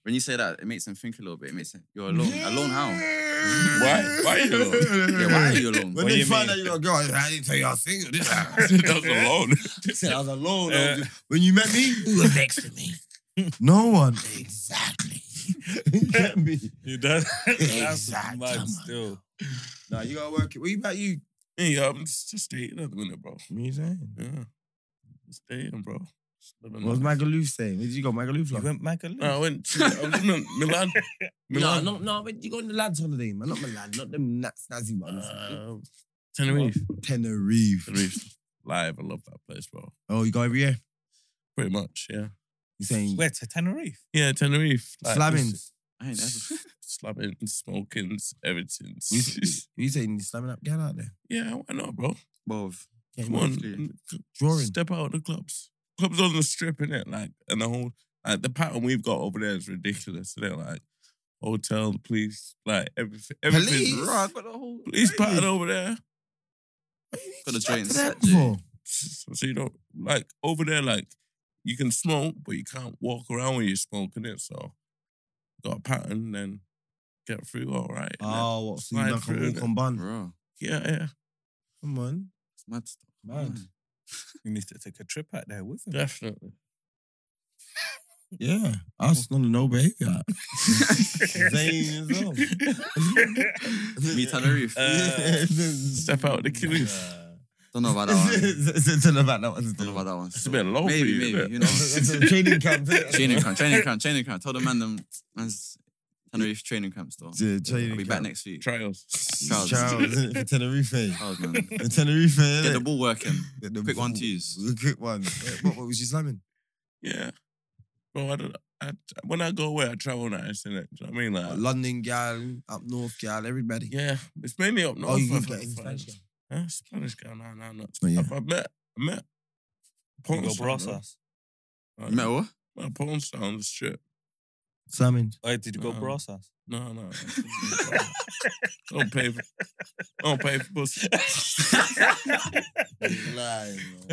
When you say that, it makes them think a little bit. It makes them, you're alone. Alone how? Why? Why are you alone? Yeah, why are you When alone? What do they you find mean? out you're a girl, I didn't tell you I was single. Did I? crazy. That's alone. I said I was alone. I was Uh. just- when you met me, who was next to me? no one. Exactly. you get me? You done? That's Exact, mad man. still. Nah, you gotta work it. What about you? Yeah, I'm just, just dating at the minute, bro. Me saying. Yeah. Just dating, bro. Just living What was life. Magaluf saying? Where did you go? Magaluf? You Like? went Magaluf. No, I went to I was in Milan. No, Milan. no, no. Where did you go on the lads' holiday, man? Not Milan, not them na- snazzy ones. Uh, Tenerife. Tenerife. Tenerife. Live. I love that place, bro. Oh, you go every year? Pretty much, yeah. You're saying Where to Tenerife? Yeah, Tenerife. like, just slammings? I ain't ever. Slamming, smoking, everything. You, you saying you slamming up? Get out there. yeah, why not, bro? Both. Get Come in on. there. n- Drawing. Step out of the clubs. Clubs on the strip, innit? Like, and the whole, like, the pattern we've got over there is ridiculous, innit? Like, hotel, the police, like, everything. everything. Police? Right, got the whole. Police pattern over there. Got the Shout out to joints. that Yeah. for. So, so you don't, like, over there, like, you can smoke, but you can't walk around when you're smoking it. So, got a pattern, then get through all right. and then- Ah. Oh, what? So you Slide like a through, walk on bun? Bro, yeah, yeah, Come on. it's mad stuff. Mad. Mm. You need to take a trip out there with him. definitely. Yeah. Us on the no behavior. Zane as well. Me Tenerife. Uh, Step out the killing. Don't know about that one. Tell them about that one. um, Don't know about that one. It's a bit low for Maybe, you, maybe. innit? You know. It's a training camp. training camp, training camp, training camp. Tell the man them. Man's Tenerife training camp still. Yeah, training I'll be back camp. next week. Trials. Charles. Charles, isn't it? For Tenerife. Charles, man. For Tenerife, Get the innit? ball working. Get the Quick one ball. to use. Quick one. Eh, What what was you slamming? Yeah. Bro, I don't I, when I go away, I travel nice, innit? Do you know what I mean? Like, London gal, up north gal, everybody. yeah. It's mainly up north. Oh, you I've got had in friends. Spanish gal. Huh? Spanish guy, no, no, no. Oh, yeah. I've, I've met, I met You go Porn Star. Brassas. bro. Met what? Met Porn Star on the strip. Slamming. Oh, did you go Um, Brassas? No, no. don't pay for, don't pay for pussy. We don't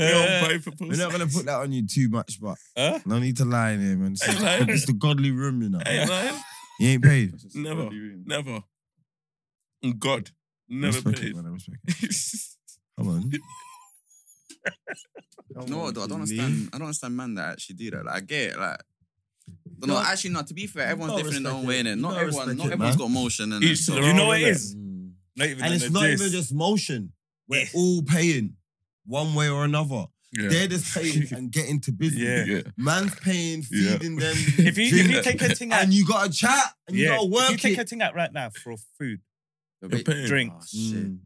pay for pussy. We're not gonna put that on you too much, but Huh? no need to lie in here, man. It's, Ain't lying. it's the godly room, you know. Hey, man. You ain't paid. Never. Never. On God. Never Respect paid. It, man, respect it. Come on. Come No, I on, don't Jimmy. understand. I don't understand man that actually do that. Like, I get it. Like, don't know. No. Actually, not to be fair, everyone's No, different in their respect own way, it. innit? No, Not everyone. respect Not it, everyone's man. got emotion. innit? Each to So- their You know own, what it innit? is? Mm. Not even And in it's a not diss. even just motion. We're Yeah. all paying one way or another. Yeah. They're just paying and getting to business. Yeah. Man's paying, Yeah. feeding them. If you, if you drinking. take a thing out, and you gotta chat and yeah, you gotta if you work take a it. thing out right now for food, You're paying. drink, Oh, shit. Mm.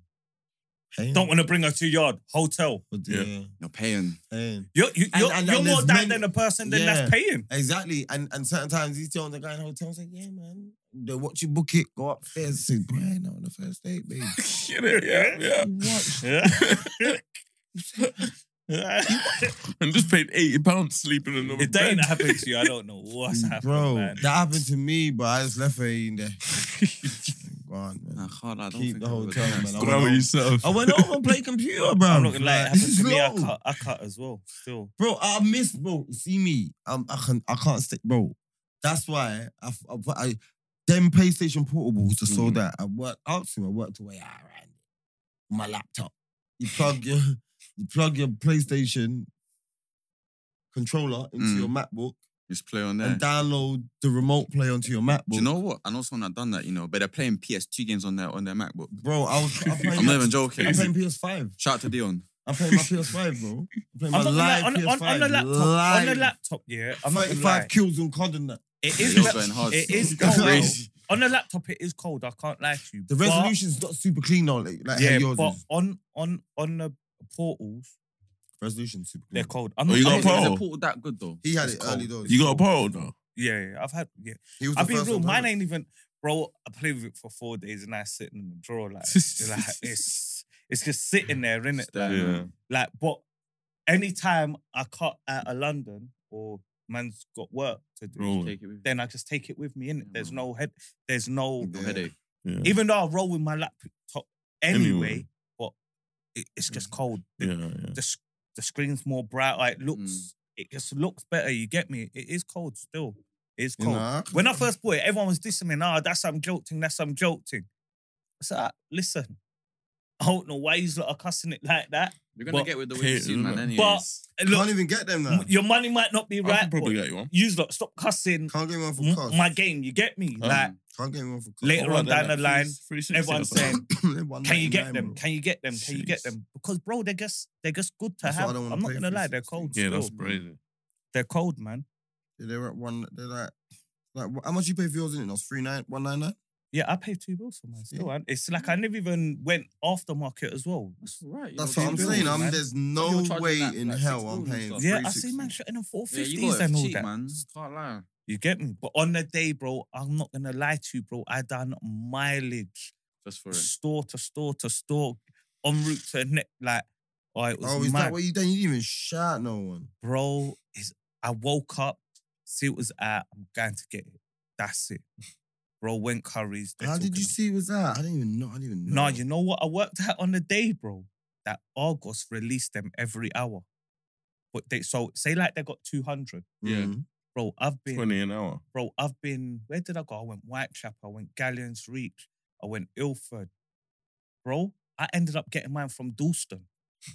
Paying. don't want to bring her to yard, hotel. But, Yeah. yeah, You're paying. paying. You're, you, And- you're, and- you're and more there's down men- than the person then Yeah. that's paying. Exactly. And and certain times these on the guy in hotels like, yeah, man. They watch you book it, go upstairs, say, Brian, I'm on the first date, babe. Get it? Yeah, yeah. You watch. and just paid eighty pounds sleeping in another if that bed. ain't happened to you, I don't know what's happened, Bro, man. that happened to me, but I just left her in there. go on, man. Nah, I can't. I don't Keep think the I would. hotel, man. I Go out with yourself. I went home and played computer, bro. I'm not gonna lie, it Like, happened to me. I slow. cut, I cut as well. Still, Bro, I miss, bro. You See me. Um, I can, I can't stay, bro. That's why I, f- I, put- I them PlayStation portables are so Mm-hmm. Mhm. that I worked out to. I worked away around my laptop. You plug your, you plug your PlayStation controller into Mm. your MacBook Just play on there. and download the remote play onto your MacBook. Do you know what? I know someone that done that, you know, but they're playing PS2 games on their on their MacBook. bro, I was. I'm playing, I'm not even joking. I'm playing PS5. Shout out to Dion. I'm playing my PS5, bro. I'm playing my I'm not gonna lie, live on, PS5. on, on the laptop, on the live. laptop, yeah, I'm not gonna 35 lie. kills on COD and that. It is, You're wet- going hard. it is That's cold. crazy. On the laptop, it is cold. I can't lie to you. The but- resolution's not super clean though. Like, like how yeah, yours but is. on on on the portals, Resolution's super they're clean. cold. I'm Oh, you got I'm I Paul? don't think it's a portal that good though. He had It's it cold. early though. You got a pole though. Yeah, yeah, I've had. Yeah, He was I've the been first real. one to Mine have it. ain't even, bro. I played with it for four days, and I sit in the drawer like, it's like it's it's just sitting there, innit? It's it? there, Like, Yeah. man. like, but anytime I cut out of London or man's got work to do, Rolling. Take it with then I just take it with me. In Yeah, there's man. no head, there's no you. No headache. Yeah. even though I roll with my laptop anyway, Anyway. Mm. but it, it's just cold. The, yeah, yeah. the, s- the screen's more bright. Hmm. Like, it looks, it just looks better. You get me? It is cold still. It's You cold. know, When I first bought it, everyone was dissing me. Nah, that's some jolting. That's some jolting. I said, "Ah, listen, I don't know why he's lot are cussing it like that. You're gonna But- get with the winter season, man. But- Anyways, And Can't Look, even get them now. your money might not be I right. could probably get you one. Use lot, stop cussing Can't get one for m- cost. my game. You get me? Huh? Like Can't get one for cost. Later What on about down that, the like line, 360 or everyone's something? saying, "Can you get them? Can you get them? Can you Jeez. get them?" Because bro, they're just they're just good to That's why I have. don't wanna I'm not play gonna lie, they're 360. cold. Yeah, still. that's crazy. They're cold, man. Yeah, they're at one. They're like, like wh- how much you pay for yours? In it, was three nine one nine nine. Yeah, I paid two bills for mine still. Yeah. and It's like I never even went aftermarket as well. that's right. you That's know, what I'm two saying. bills, I'm, man. there's no charging way that, in like, hell six I'm balls and paying. stuff. Yeah, I see 360. man shutting them four Yeah, fifties you got it and for all cheap, that. man. Can't lie. You get me? But on the day, bro, I'm not gonna lie to you, bro. I done mileage Just for it. store to store to store en route to net. Like, oh, it was Oh, is mad. that what you done? You didn't even shout no one. bro, is I woke up, see it was at, I'm going to get it. That's it. Bro, went curries. they're How did talking you about- see it was that? I didn't even know. I didn't even know. Nah, you know what I worked out on the day, bro? That Argos released them every hour. But they so say like they got 200. yeah. Mhm. Bro, I've been 20 an hour. bro, I've been, where did I go? I went Whitechapel, I went Galleons Reach, I went Ilford. Bro, I ended up getting mine from Dalston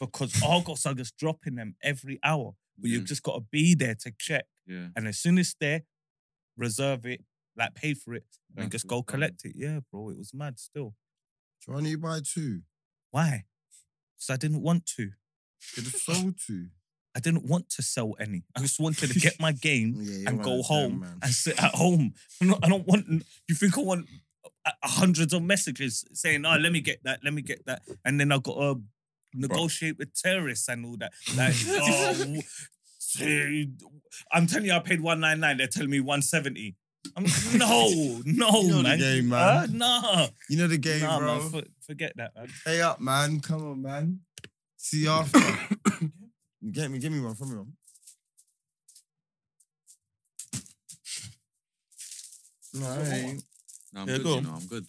because Argos are just dropping them every hour. But Yeah. you've just got to be there to check. Yeah. And as soon as it's there, reserve it, like pay for it, and That's just what's go done. collect it. Yeah, bro, it was mad still. Do I need to buy two? Why? Because I didn't want to. Could have sold two. I didn't want to sell any. I just wanted to get my game Yeah, you're and one go of them, home man. and sit at home. I'm not- I don't want. You think I want uh, hundreds of messages saying, "Oh, let me get that, let me get that," and then I got to negotiate with terrorists and all that. Like, oh, dude, I'm telling you, I paid one nine nine. They're telling me one seventy. I'm no, no, You know the man. game, man. Huh? nah, You know the game, nah, bro. man. For, forget that, man. Hey up, man. Come on, man. See you after. get me, give me one from me. One. No, I ain't. No, I'm Yeah, good. go You on. know, I'm good.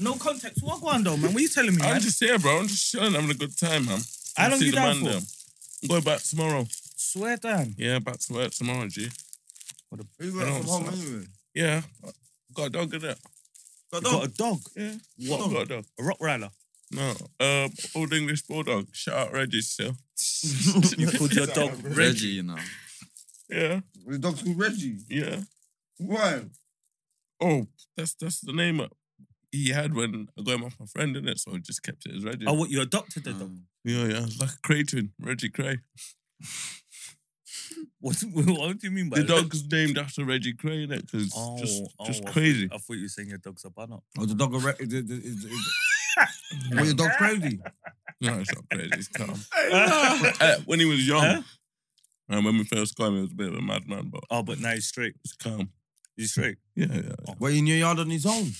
No context. What going on, though, man? What are you telling me, I'm man? just here, bro. I'm just chilling, having a good time, man. How long See you the down man for? there. I'm going back tomorrow. Swear down. Yeah, back to work tomorrow, G. We work from Don't home stop. anyway. Yeah. Got a dog in there. You got a dog, Yeah. What Got a dog. a Rottweiler. No. Uh, old English bulldog. Shout out Reggie still. You called your dog Reggie, you know. Yeah. The dog's called Reggie. Yeah. Why? Oh, that's that's the name of he had when I got him off my friend, in it? So I just kept it as Reggie. Oh, what you adopted the Mm. dog? Um, Yeah, yeah. It's like a Creighton, Reggie Cray. What, what do you mean by The that? dog's named after Reggie Cray, innit? Because it's Oh, just, oh, just I crazy. thought- I thought you were saying your dog's a banner. Oh, the dog. Re- the, the, the, the- what, your dog crazy? No, it's not crazy. It's calm. Uh, when he was young, Huh? and when we first got him, he was a bit of a madman, but oh, but now he's straight. it's calm. He's straight. Yeah, yeah. Wait in your yard on his own.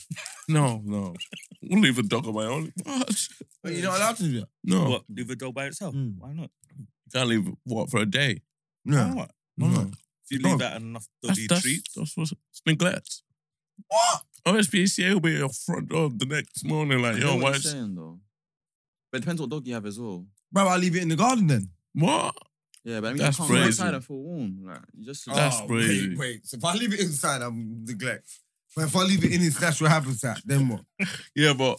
No, no. We'll leave a dog on my own. What? Wait, you're not allowed to do that. No. What? Leave a dog by itself? Mm. Why not? Can't leave what for a day. No. Why not? No. If you Dog. leave that enough That's, doggy that's, treat, that's what's it's neglect. Oh, What? OSPCA will be at your front door the next morning, like, I yo, know why what you're is saying though. But it depends what dog you have as well. Bro, I leave it in the garden then. what? Yeah, but I mean, That's you can't go crazy. Oh, outside and feel warm. Like, you just That's Oh, wait, crazy. Wait, So if I leave it inside, I'm neglect. But if I leave it in his natural habitat, then what? Yeah, but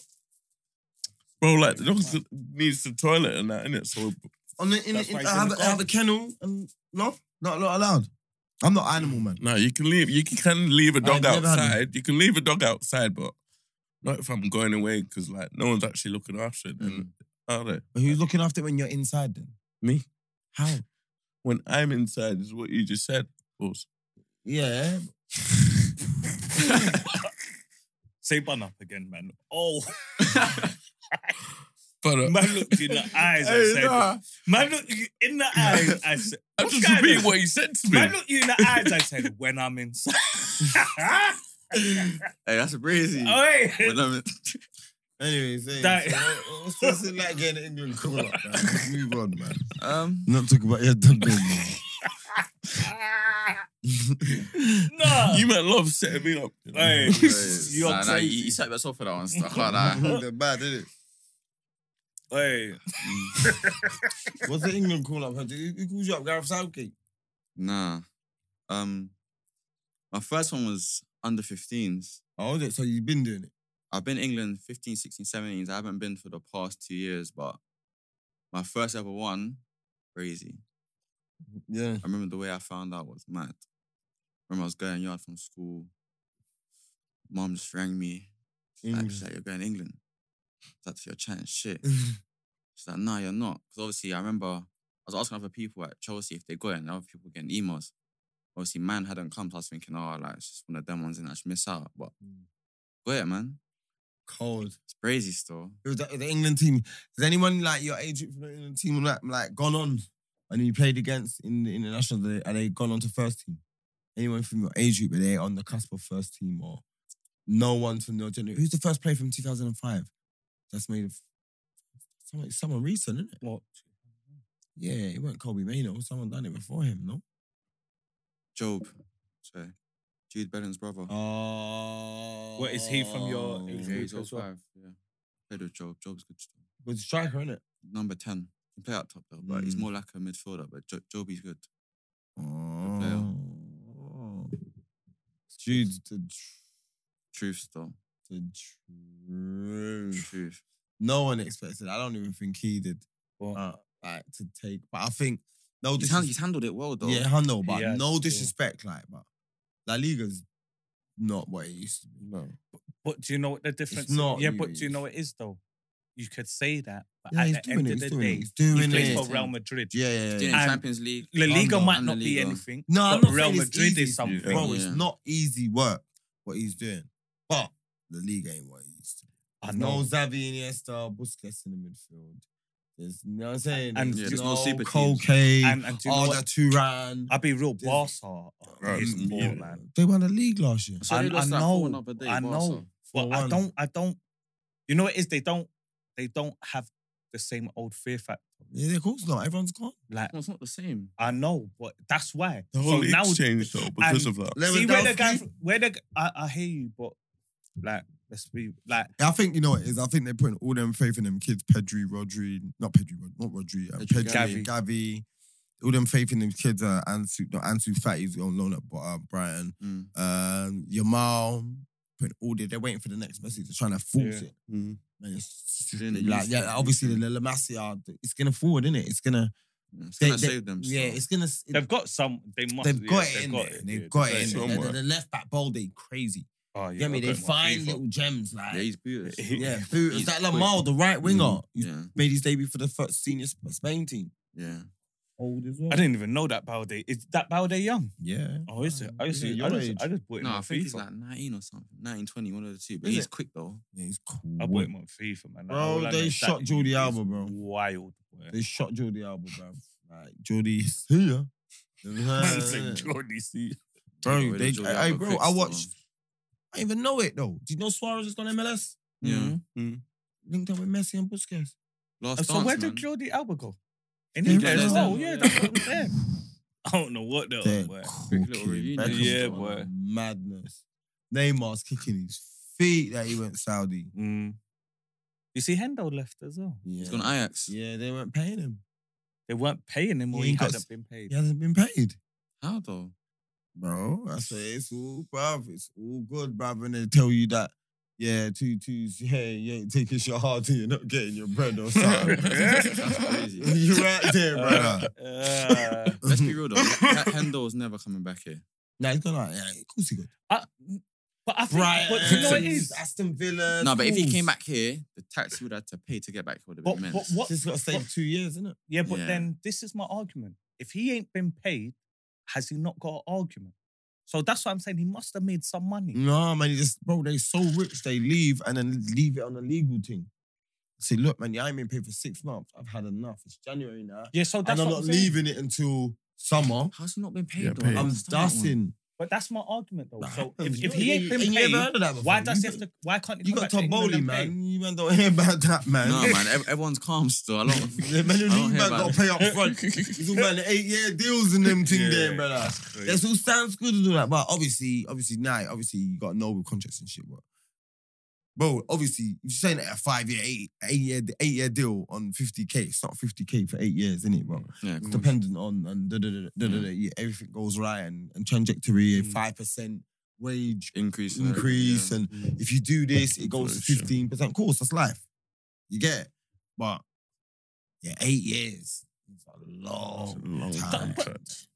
bro, like the dog needs the toilet and that, innit? So On the, in, That's in, why I he's in have, the a- I have a kennel and no, not not allowed. I'm not animal man. no, you can leave. You can leave a dog never had outside. You can leave a dog outside, but not if I'm going away because like no one's actually looking after it. Mm-hmm. And are they? But who's looking after it when you're inside then? Me. How? When I'm inside, is what you just said. Boss. Yeah. say bun up again, man. Oh, Mm. But uh, man looked you in the eyes and Hey, said, nah, man looked you in the eyes and said, I What's just going repeat on? what you said to me. man looked you in the eyes and said, when I'm inside. Hey, that's crazy. Oh, Oi. But um, I mean- Anyways, hey, That- so what- what's, what's it like getting an England call up, man? Let's Move on, man. um, Not talking about your dog, man. no. you might love setting me up. you know? Hey, yeah, you're nah, nah, you, crazy. you set yourself for that one. Stuff like that. They're bad, isn't Hey, it? What's the England call up? Who who calls you up? Gareth Southgate. Nah. Um, my first one was under 15s. Oh, is it? So you've been doing it. I've been England 15, 16, 17s. I haven't been for the past two years, but my first ever one, crazy. Yeah. I remember the way I found out was mad. remember I was going yard from school. Mom just rang me. She's like, she's like, you're going to England. It's like, you're chatting shit. She's like, no, you're not. Because obviously, I remember I was asking other people at Chelsea if they got it, and other people were getting emails. Obviously, man hadn't come, so I was thinking, oh, like, it's just one of them ones, and I should miss out. But got it, man. Cold. It's crazy still. It was the, the England team. Has anyone like your age group from the England team like, like gone on and you played against in the international? They, are they gone on to first team? Anyone from your age group are they on the cusp of first team or no one from your generation? Who's the first player from 2005 that's made of someone, someone recent, isn't it? What? Yeah, it weren't Kobe Maino. Someone done it before him, no? Job, sorry. Jude Belling's brother. Oh. What, is he from your Yeah, age group? he's group as well. 05, Yeah. Played with Job. Job's good still. Was a striker, innit? Number 10. He play out top though, but he's Mm. more like a midfielder, but jo- Joby's good. Oh. Dude, the, Truth still. tr- the truth. Truth. No one expected. I don't even think he did. What? Uh, like to take, but I think no. He's, Dis- hand- he's handled it well though. yeah, I know, but He has, no yeah. disrespect, like, but La Liga's not what it used to be. No, But do you know what the difference? not yeah, you, but do you it's- know what it is though? You could say that, but yeah, he's at the doing end it. He's of the doing day, it. He's doing he it. plays Yeah. for Real Madrid. Yeah, yeah, yeah. Doing it in And Champions League. La Liga London might and not La be Liga. anything. No, I'm but not Real saying it's Madrid easy, is something. Yeah. bro. It's Yeah. not easy work what he's doing, but the league ain't what it used to. be. I There's no Xavi, Iniesta, Busquets in the midfield. There's you know what I'm saying. And there's there's no super teams. Koke, And, and do you know Arda what? Turan. I'll be real. There's- Barca are Right, is mm, poor, yeah. man. They won the league last year. So they I- I lost that know, 4-1 other day, I Barca. know. But I 4-1. don't. I don't. You know what it is? They don't. They don't have the same old fear factor. Yeah, of course not. Everyone's gone. Like Well, it's not the same. I know, but that's why. The whole so league's now, changed though because and- of that. See where the Lewandowski. guy, where the I, I hear you, but like let's be like I think you know what it is. I think they're putting all them faith in them kids, Pedri, Rodri, not Pedri, Rod- not Rodri, um, Pedri, Pedri, Gavi. all them faith in them kids. Uh, Ansu, no, Ansu Fatty's on loan at uh, Brighton. Mm. Um, Yamal, putting all their, they're waiting for the next message. They're trying to force Yeah. it. Mhm. Man, it's- Doing the like, youth yeah, thing, obviously yeah. the La Masia, it's gonna forward, isn't it? It's gonna, Yeah, Mm, It's They- gonna they- save them. yeah, still. it's gonna. it- they've got some. They must. They've yeah, got it in there. yeah, They've got got it it in there. The- somewhere. The left back bowl, they crazy. Oh, You get me? I've They got my find FIFA. little gems yeah, like he's beautiful. He- yeah. Who is he's that? quick. Lamal, the right winger, Mm, who's Yeah, made his debut for the first senior Sp- Spain team. yeah. Old as well. I didn't even know that Balde. Is that Balde young? Yeah. Oh, is it? I Is just, it I, your age? just, I just bought him No, on I think he's FIFA. like 19 or something. 19, 20, one of the two. But Is he's it? quick though. Yeah, he's cool. I bought him on FIFA, man. Like, Bro, all I know they is that shot dude Jordi is Alba, bro. Wild. boy. They shot Jordy Alba, bro. Like Jordy, see ya. Man said Jordi C. Bro, Got rid of they- Jordi hey, Alba bro, quick I still. watched- I didn't even know it though. Did you know Suarez has gone MLS? Yeah. Linked up with Messi and Busquets. Last mm. Uh, So dance, where did man. Jordi Alba go? In Yeah, England as there's well. them. Yeah, Yeah. that's what was there. I don't know what though. They're boy. cooking. Quick little reunion. Beckham's Yeah, gone boy. on Madness. Neymar's kicking his feet that he went Saudi. Mm. You see, Hendo left as well. Yeah. He's gone Ajax. Yeah, they weren't paying him. They weren't paying him, or He he ain't got hadn't s- been paid. He hasn't been paid. How though? bro. I say it's all, bruv. It's all good, bruv. And they tell you that, yeah, two twos, hey, you ain't taking your hard till you're not getting your bread or something. That's crazy. you right there, brother. Uh, Let's be real though. That Hendel's never coming back here. Nah, he's gonna, yeah, of course he got I- but I think, Brighton, but you know what it is. Aston Villa. No, but if he schools. came back here, the tax he would have to pay to get back here would have But, been but immense. what? just gotta what- save two years, innit? yeah, but Yeah. then this is my argument. If he ain't been paid, has he not got an argument? So that's what I'm saying. He must have made some money. No, man, he just bro, they so rich, they leave and then leave it on a legal thing. Say, look, man, yeah, I ain't been paid for six months. I've had enough. It's January now. Yeah, so that's And I'm what not I'm saying. leaving it until summer. How's he not been paid Yeah, though? paid. I I'm understand that one. dusting. But that's my argument though. So Nah, if, you ain't- if he ain't been ain't paid, never heard of that before. why does he You have to? Why can't he? You come got back to England Taboli, and pay? man. You man don't hear about that, man. No, man, ev- everyone's calm still. I don't. Yeah, man, you I don't man hear about got it. to pay up front. It's all about the eight-year deals and them thing Yeah, there, brother. that's crazy. That's all sounds good and all that, but obviously, obviously, now, obviously, you got to know with contracts and shit, bro. Bro, obviously, if you're saying that a five-year, eight, eight-year, eight-year deal on 50k, it's not 50k for eight years, innit, Mm. bro? Yeah, It's cool. dependent on and da, da, da, da, da, da, yeah, everything goes right and, and trajectory Mm. five percent wage Increase. and everything, increase, yeah. and if you do this, it goes to Sure. fifteen percent. Of course, that's life. You get, it. but yeah, eight years. It's a It's a long Oh, long time. contract.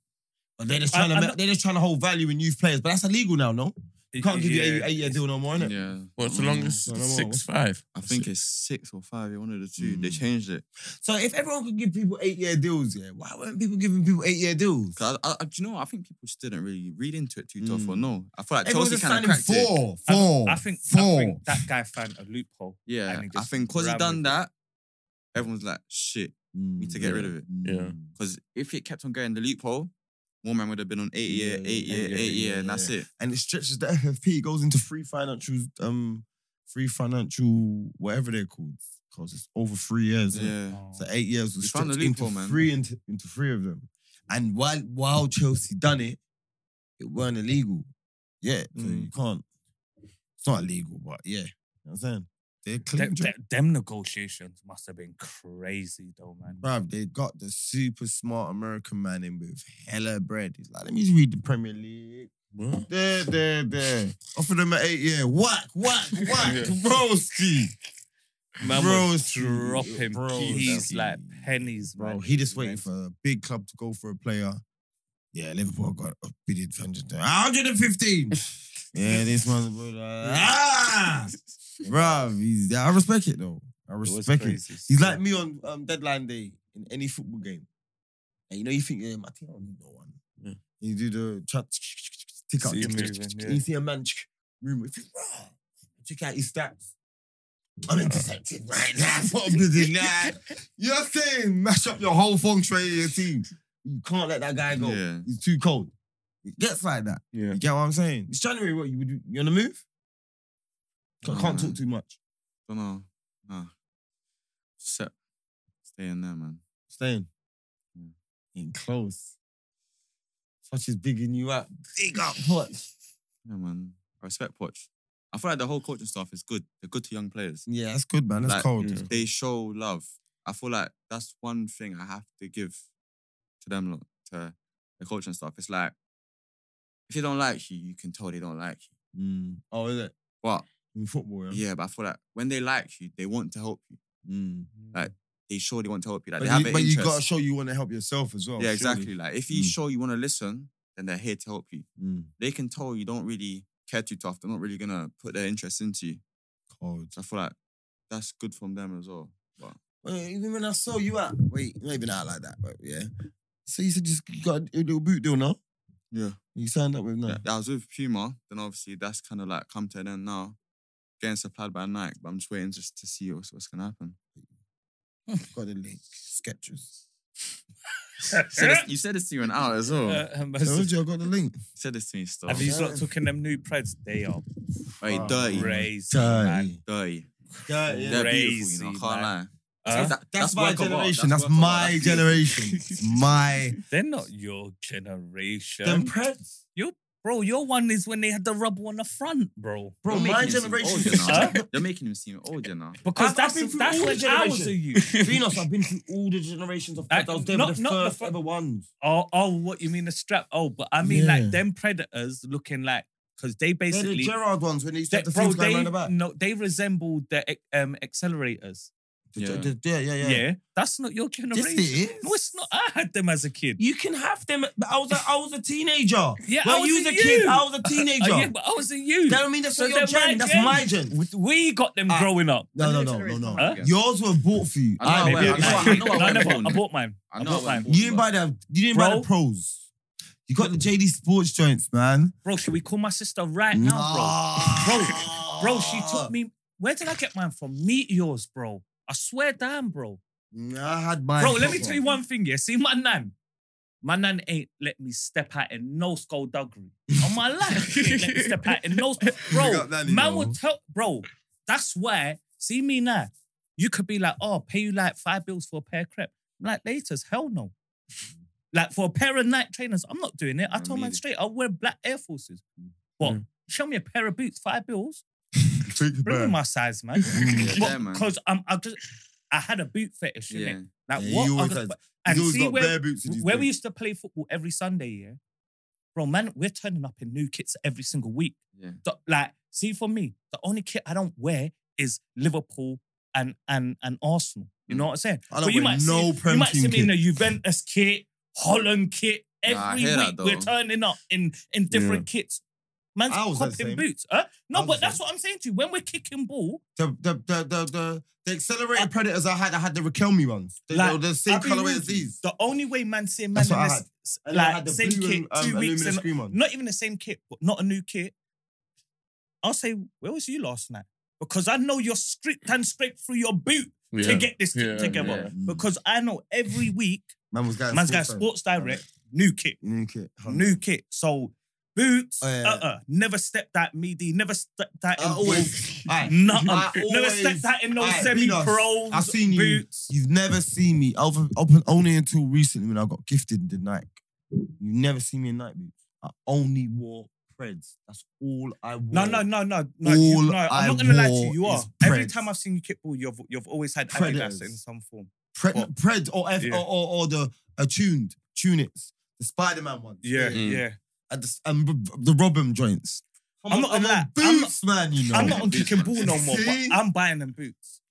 But they're just I- trying I to know- they're just trying to hold value in youth players, but that's illegal now. No, you can't give you eight, eight year deal no more, innit? Yeah. What's the Mm, longest? no, no more. Six five. I think it's six or five. yeah, One of the two. They Mm. changed it. So if everyone could give people eight year deals, yeah, why weren't people giving people eight year deals? 'Cause I, I, I- do you know? what? I think people just didn't really read into it too tough. Or Mm. no, I feel like Everyone Chelsea just kind of signing cracked it. four, I- four, I think, four. I think that guy found a loophole. Yeah, And they I just think because he ran done with it. that, everyone's like, shit. Need to get rid of it. Mm. Yeah. Because if it kept on going the loophole, one man would have been on eight year, Yeah, eight year, yeah, eight yeah, year, and yeah. that's it. and it stretches the FFP. It goes into free financial, um, free financial, whatever they're called, because it's over three years. innit? Yeah. Oh. So eight years was You found stretched the into loophole, man. three into, into three of them, and while while Chelsea done it, it weren't illegal. Yeah, so Mm. you can't. It's not illegal, but yeah, you know what I'm saying they're clean. Them, They, them- them negotiations must have been crazy though, man. Bruv, they got the super smart American man in with hella bread. He's like, let me just read the Premier League. Well, There, there, there. Offer them an eight year. Whack, whack, whack. Yeah. Broski. Man Bro, was dropping bro, peas that- like pennies, Bro, man. he just waiting for a big club to go for a player. Yeah, Liverpool got a bidded 100 115. yeah, this one's good. ah! Bruv, he's, I respect it though. I It was respect it. crazy. He's like me on um, deadline day in any football game. And you know, you think, yeah, my team, I don't need no one. Yeah. You do the chat, tick out, See him moving, you yeah. see a man, rumor, check out his stats. I'm intercepted right now. What I'm doing now. You're saying mash up your whole feng shui of your team. You can't let that guy go. Yeah. He's too cold. It gets like that. yeah. You get what I'm saying? It's January. What you would you on the move? I Nah, can't man. talk too much. Don't know. Nah. Set. Stay in there, man. Staying. Mm. In close. Such is bigging you up. Big up, what? Yeah, man. I respect Poch. I feel like the whole coaching staff is good. They're good to young players. Yeah, that's good, man. That's Like, cold. yeah. They show love. I feel like that's one thing I have to give to them, lot, to the coaching staff. It's like, if they don't like you, you can tell they don't like you. Mm. Oh, is it? But In football, yeah. yeah, but I feel like when they like you, they want to help you. Mm. They sure they want to help you. Like But, they have you, an but you interest. gotta show you want to help yourself as well. surely. yeah, exactly. Like if you Mm. show you want to listen, then they're here to help you. Mm. They can tell you don't really care too tough. They're not really gonna put their interest into you. Cold. So I feel like that's good from them as well. But Well, even when I saw you out, wait, you ain't been out like that, but yeah. So you said just you got a little boot deal, no? Yeah. You signed up with no. yeah, I was with Puma. Then obviously that's kind of like come to an end now. Getting supplied by Nike, but I'm just waiting just to see what's, what's gonna happen. Got the link. Sketches. You said, this, you said this to you an hour as well. You Uh, I told must- you I got the link. said this to me still. Have you not taken them new preds? They are Wait, Oh, dirty, crazy, man. Dirty. dirty. Dirty. yeah. They're Crazy, beautiful, you know. I can't man. lie. Huh? That- That's, my work of art, generation. That's, work of art, my beautiful. generation. It's my They're not your generation. them preds. bro, your one is when they had the rubber on the front, bro. Bro, You're my making him seem generation older is now. You're making him seem older now. I've- Because I've that's been through that's all when the ours generation. are you. Venus, I've been through all the generations of Uh, preds. I was there not- with the not the first fir- ever ones. Oh, oh, what you mean the strap? Oh, but I mean Yeah. like them predators looking like because they They're the basically Gerard ones when they used to they, have the bro, things going they around the back. no, they resembled the um accelerators. The- Yeah. the- yeah, yeah, Yeah. yeah. that's not your Yes, generation. it is. No, it's not. I had them as a kid. You can have them. But I was a, I was a teenager. Yeah, Well, I was you a a kid. you. I was a teenager. Oh, yeah, but I was a youth. That don't mean that's So not your they're my gen. That's gen. my gen. We got them Ah. growing up. No, no, no, no, no. Huh? Yours were bought for you. I know, I I bought mine. know, I know. No, I never. Born. I bought mine. I I know I bought went mine. born. You didn't buy the you didn't buy Bro. the pros. You got the JD Sports joints, man. Bro, should we call my sister right now, bro. bro? Bro, she took me. Where did I get mine from? Meteors, bro. I swear down, bro. me. I had mine. Bro, let me proper. tell you one thing, yeah. See, my nan, my nan ain't let me step out in no skullduggery. On my life, she ain't let me step out in no. Big Bro, up nanny, man though. will tell. Bro, that's why, see me now. You could be like, oh, pay you like five bills for a pair of crep. I'm like, laters, hell no. Like, for a pair of night trainers, I'm not doing it. I No, told me man either. straight, I'll wear black Air Forces. Mm. But show me a pair of boots, five bills. Think Bring me about it. my size, man. Yeah, man. Because I'm, I just, I had a boot fetish, innit? Yeah. Like Yeah, what? he always other- has. but- He's and always see got where, bare boots in his where we boots. used to play football every Sunday, yeah. bro, man, we're turning up in new kits every single week. Yeah. The- like, see, for me, the only kit I don't wear is Liverpool and and and Arsenal. You know what I'm saying? Mm. I don't But you wear might see- no Prem You might Team see me kit. in a Juventus kit, Holland kit. Every Nah, I hear that week we're though. turning up in in different kits. Man's I was the copping same. boots. Huh? I No, was but the that's same. what I'm saying to you. When we're kicking ball, The the the the the, the accelerated predators I had, I had the Raquelme ones. They, Uh, Like, they were the same I'll be colorway real as with you, these. The only way man see a man That's in what I this had. And then I like same blue kit and, two um, weeks aluminum and screen one. not even the same kit, but not a new kit. I'll say, where was you last night? Because I know you're stripped and scraped through your boot Yeah. to get this kit Yeah, together. yeah. Because I know every week Man was getting man's got Sports Sports Direct, new kit, Direct. New kit. huh? new kit. So boots, Oh, yeah, yeah. uh-uh, never stepped at midi, never stepped at in I always. Aye. nothing. I never always- stepped out in no Aye, semi pros. I've seen you. boots. You've never seen me other, open, only until recently when I got gifted the Nike. You never seen me in Nike boots. I only wore Preds. That's all I wore. No, no, no, no, no. you- All no I'm I not gonna lie to wore you. You are. is Every Preds. time I've seen you kickball, you've you've always had Predators. Adidas in some form. Pred, What? Preds or, F, Yeah. or, or or the attuned tunics, the Spider Man ones. Yeah, Mm. yeah. and the, and b- b- the Robin joints. I'm not on gonna lie. I'm boots, man. You know, I'm not on kicking ball no more, but See? I'm buying them boots.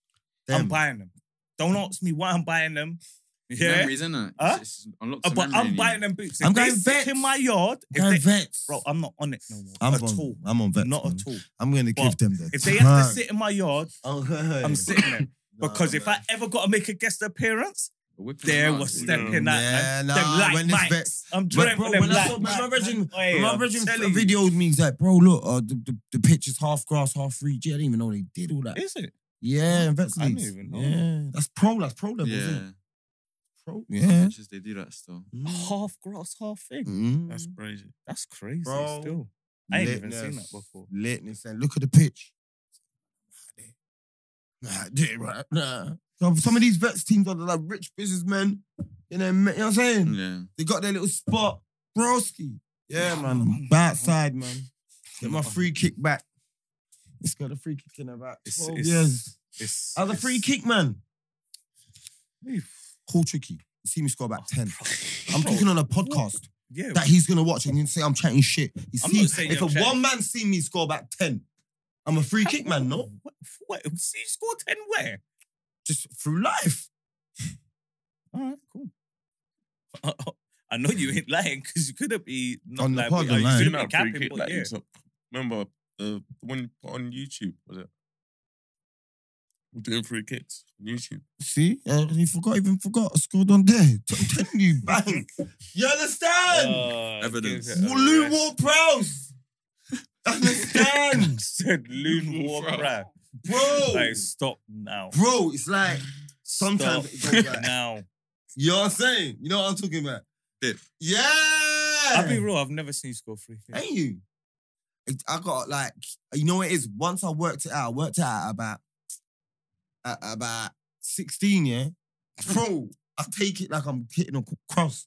I'm Them. buying them. Don't ask me why I'm buying them. Yeah. Memories, innit? it? Huh? It's, it's unlocked Uh, a but memory in I'm you. buying them boots. If I'm they going stick vets. in my yard, if I'm they, vets, bro, I'm not on it no more. I'm at on, all. I'm on vets. Not man. at all. I'm gonna But give them Oh, that. If they have to sit in my yard, I'm sitting there. Nah, Because if I man. ever got to make a guest appearance, Whipping there them out. was stepping out. Yeah, man. nah, them light when this mics. vets- I'm But dreaming bro, them when I light saw my mics. brother Hey, my I'm brother telling you. videoed me, he's like, bro, look, uh, the, the, the pitch is half grass, half 3G. I didn't even know they did all that. Is it? Yeah, in vets I didn't leagues. even know. Yeah, that's pro, that's pro level, isn't it? Yeah. Pro, yeah. Just, they do that still. half grass, half thing. Mm. That's crazy. Mm. That's crazy. Bro. Still, I ain't even seen that before. Litness, and look at the pitch. Nah, dude, right? Nah. So some of these vets teams are like rich businessmen. You know, you know what I'm Mm. saying? Yeah. They got their little spot. Broski. Yeah, man. I'm bad side, man. Get my free kick back. It's got a free kick in about It's- 12 it's- years. It's I was a free it's- kick, man. Oof. Oh, Call Tricky. You see me score about 10. I'm Bro, talking on a podcast Yeah, that he's going to watch and he'll say I'm chatting shit. You I'm see, not saying if a you're chatting. one man see me score about 10, I'm a free kick, man, no? What? what see, you scored ten where? Just through life. All right, cool. I know you ain't lying because you couldn't be not On the lying. pod, but, I'm you lying. You couldn't know, be free capping, kick, but like, yeah. it's not- remember uh, the one you put on YouTube was it? We're doing free kicks on YouTube. See? Uh, he forgot, even forgot. I scored on there. I'm telling you, bang. You understand? Oh, Evidence. give it a Lou rest. Ward Prowse. Understand? said Loon Loon War War Crab. Bro. Like, stop now. Bro, it's like sometimes it Stop goes like- now. You know what I'm saying? You know what I'm talking about? Dip. Yeah. I'll be real. I've never seen you score free kicks. Ain't you? It- I got like, you know what it is? Once I worked it out, I worked it out at about, at about 16, yeah? Bro, I take it like I'm hitting a c- cross.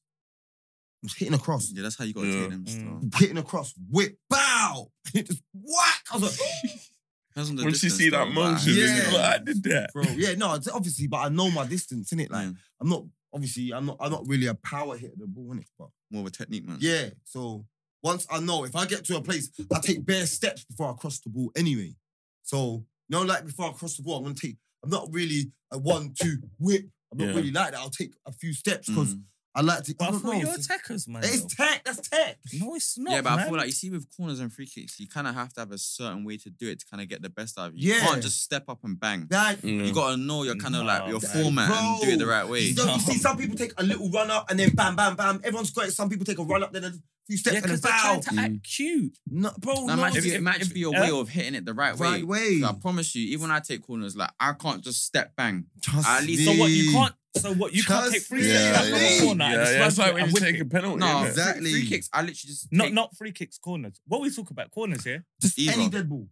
I'm hitting a cross. Yeah, that's how you gotta Yeah. take them still. Mm. Mm. Hitting a cross, whip, bow. It just whack. I was like, Depends on the Once you distance, see that though, but I- motion, yeah. Yeah. like, I did that. bro, yeah, no, it's obviously, but I know my distance, innit? Like, Yeah. I'm not, obviously, I'm not, I'm not really a power hitter, the ball, innit? But More of a technique, man. Yeah. So once I know, if I get to a place, I take bare steps before I cross the ball anyway. So, you know, like before I cross the ball, I'm gonna take, I'm not really a one, two whip. I'm not Yeah. really like that. I'll take a few steps because Mm. I like to. I But I don't know, thought you're it's- attackers, man. It's tech, that's tech. though. no, it's not. Yeah, but man. I feel like you see with corners and free kicks, you kind of have to have a certain way to do it to kind of get the best out of you. You Yeah. can't just step up and bang. Like, You Yeah. gotta know your kind of Nah, like your man. format and do it the Bro, right way. you, know, you see, some people take a little run up and then bam, bam, bam. Everyone's got it. Some people take a run up, then a few steps yeah, and then because they're bow. trying to act cute. No, bro, Now, no, imagine, it's if, imagine be a eh? way of hitting it the the right, right way. way. I promise you, even when I take corners, like I can't just step bang. Trust at least- So what? You me. can't. So what? You can't Trust take free me. kicks Yeah, back from the Yeah, corner. and yeah, yeah. It's smash like it when and you whip take it. a penalty. No, innit? Oh, exactly. exactly. Free, kicks, I literally just Not take- not free kicks, corners. What we talk about corners here? Just any either. dead ball.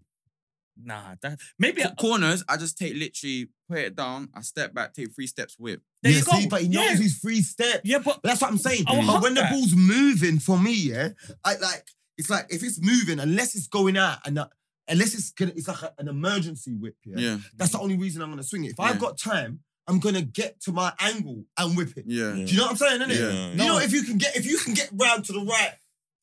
Nah, that maybe. uh, I, Co- corners. I just take literally put it down. I step back, take three steps, whip. there yeah, you go. see, but he knows yeah. his three steps. yeah, but But that's what I'm saying. I would But love when that. the ball's moving for me, yeah, I like it's like if it's moving, unless it's going out and uh, unless it's gonna, it's like a- an emergency whip, yeah, Yeah, That's the only reason I'm gonna swing it. If Yeah. I've got time, I'm gonna get to my angle and whip it. yeah, Do you know what I'm saying? Innit? Yeah. You know if you can get if you can get round to the right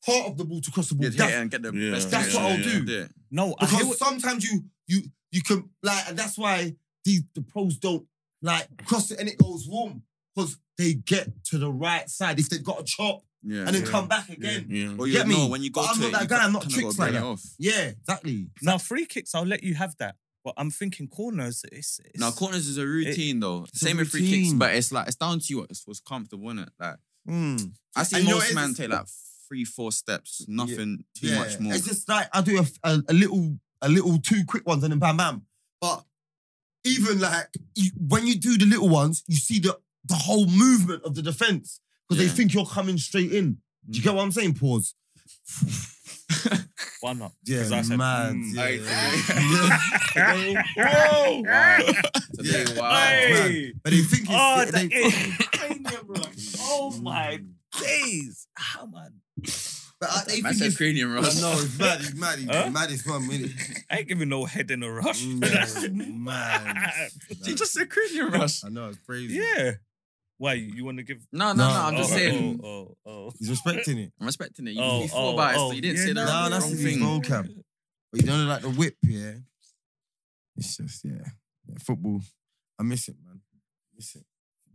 part of the ball to cross the ball. Yeah, That's- yeah, and get the Yeah. best. That's player. what I'll Yeah. do. Yeah. No, I hear because what, sometimes you you you can like, and that's why these the pros don't like cross it and it goes warm because they get to the right side if they've got a chop Yeah. Mm. and then Yeah. come back again. Yeah. Or you Get me? know when you go But I'm to not it, that you guy, ca- I'm not kinda gotta tricks like bring that. it off. Yeah, exactly. now free kicks, I'll let you have that. But I'm thinking corners. It's, it's Now corners is a routine though. a Same with free kicks, routine. but it's like it's down to you. It's what's comfortable, is it? Like hmm, Mm. I see And you know, most it's men just- take like three, four steps, nothing too yeah. much more. It's just like I do a, a, a little a little two quick ones and then bam bam. But even like you, when you do the little ones, you see the the whole movement of the defense because Yeah. they think you're coming straight in. Do you get what I'm saying? Pause. why not? Yeah, 'Cause I said, mad. mm. Yeah. Okay. Yeah. Whoa! Today, Yeah. wow. Hey! But they think it's, Oh, they, that is Oh my days! How man? but I- they Man think said it's, cranium no, rush. it's mad, it's mad, it's Huh? mad. It's one minute. Mm, I ain't giving no head in a rush. man. She just said cranium rush. I know it's crazy. yeah. Why you, want to give? No, no, no. No. I'm just oh, saying. Oh, oh, oh. He's respecting it. I'm respecting it. You, Oh, you thought oh, about it, oh. so you didn't Yeah, say the no, wrong, that's wrong his thing. role. vocab. But you don't like the whip, yeah. It's just yeah, yeah football. I miss it, man. Miss it.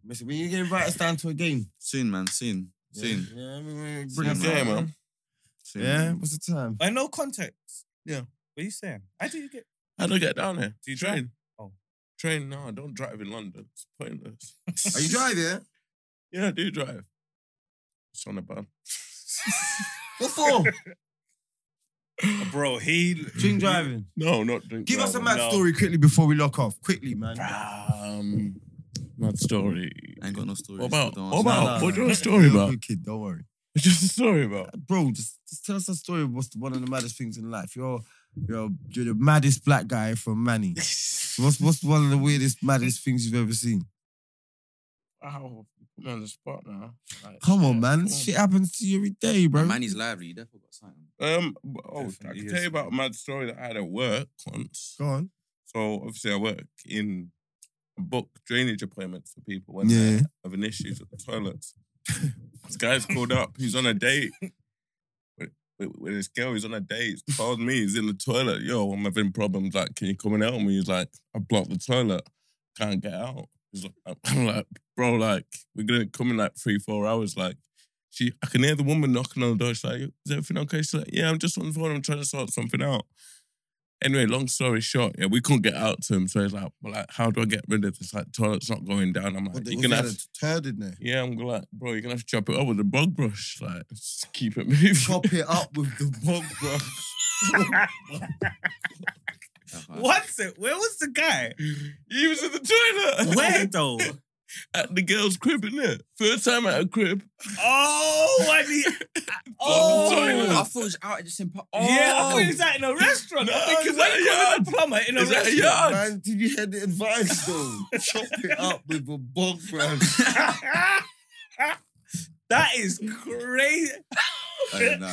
Miss it. When you get invited down to a game, Soon, man. Soon. yeah. Soon. Yeah, I mean, we're Soon, bringing Yeah, it man. man. Soon. Yeah, what's the time? I know context. Yeah. What are you saying? How do you get? How do I get down here? Do you train? Oh. Train? No, I don't drive in London. It's pointless. Are you driving? Yeah, I do drive. It's on the bus. What for? Uh, Bro, he. Drink driving. No, not drink. Give us a driving. mad No. story quickly before we lock off. Quickly, man. Um, mad story. I ain't got no stories. What about? so don't What answer. No, about? no, what do you no. want a story You're a about? good kid, don't worry. What's just a story about? bro, just, just tell us a story of what's one of the maddest things in life. You're you're you're the maddest black guy from Manny. What's what's one of the weirdest, maddest things you've ever seen? Wow, you put me on the spot now. Like, Come on, yeah, man. Shit happens to you every day, bro. Man, he's lively. He definitely got something. Um, but- oh, I Definitely can is. tell you about a mad story that I had at work once. Go on. So obviously I work in I book drainage appointments for people when Yeah. they're having issues at the toilets. this guy's called up. He's on a date. With, with, with this girl, he's on a date. He's called me. He's in the toilet. Yo, I'm having problems. Like, can you come and help me? He's like, I blocked the toilet. Can't get out. He's like, I'm like, bro, like, we're gonna come in like three, four hours. Like, she, I can hear the woman knocking on the door. She's like, is everything okay? She's like, yeah, I'm just on the phone. I'm trying to sort something out. Anyway, long story short, yeah, we couldn't get out to him. So he's like, well, like, how do I get rid of this? Like, toilet's not going down. I'm like, What the- you're was gonna there have to a turd in there. yeah, I'm like, bro, you're gonna have to chop it up with a bug brush. Like, just keep it moving. Chop it up with the bug, bro. What's it? Where was the guy? he was in the toilet. Where though? At the girl's crib, innit? First time at a crib. Oh, I mean, Oh, I oh, thought it was out. I just in. Oh, yeah. I thought he was out in a restaurant. No, I think is he's that like a calling yard? a plumber in a Is that a restaurant. yard? Man, did you hear the advice though? Chop it up with a bug, bro. that is crazy.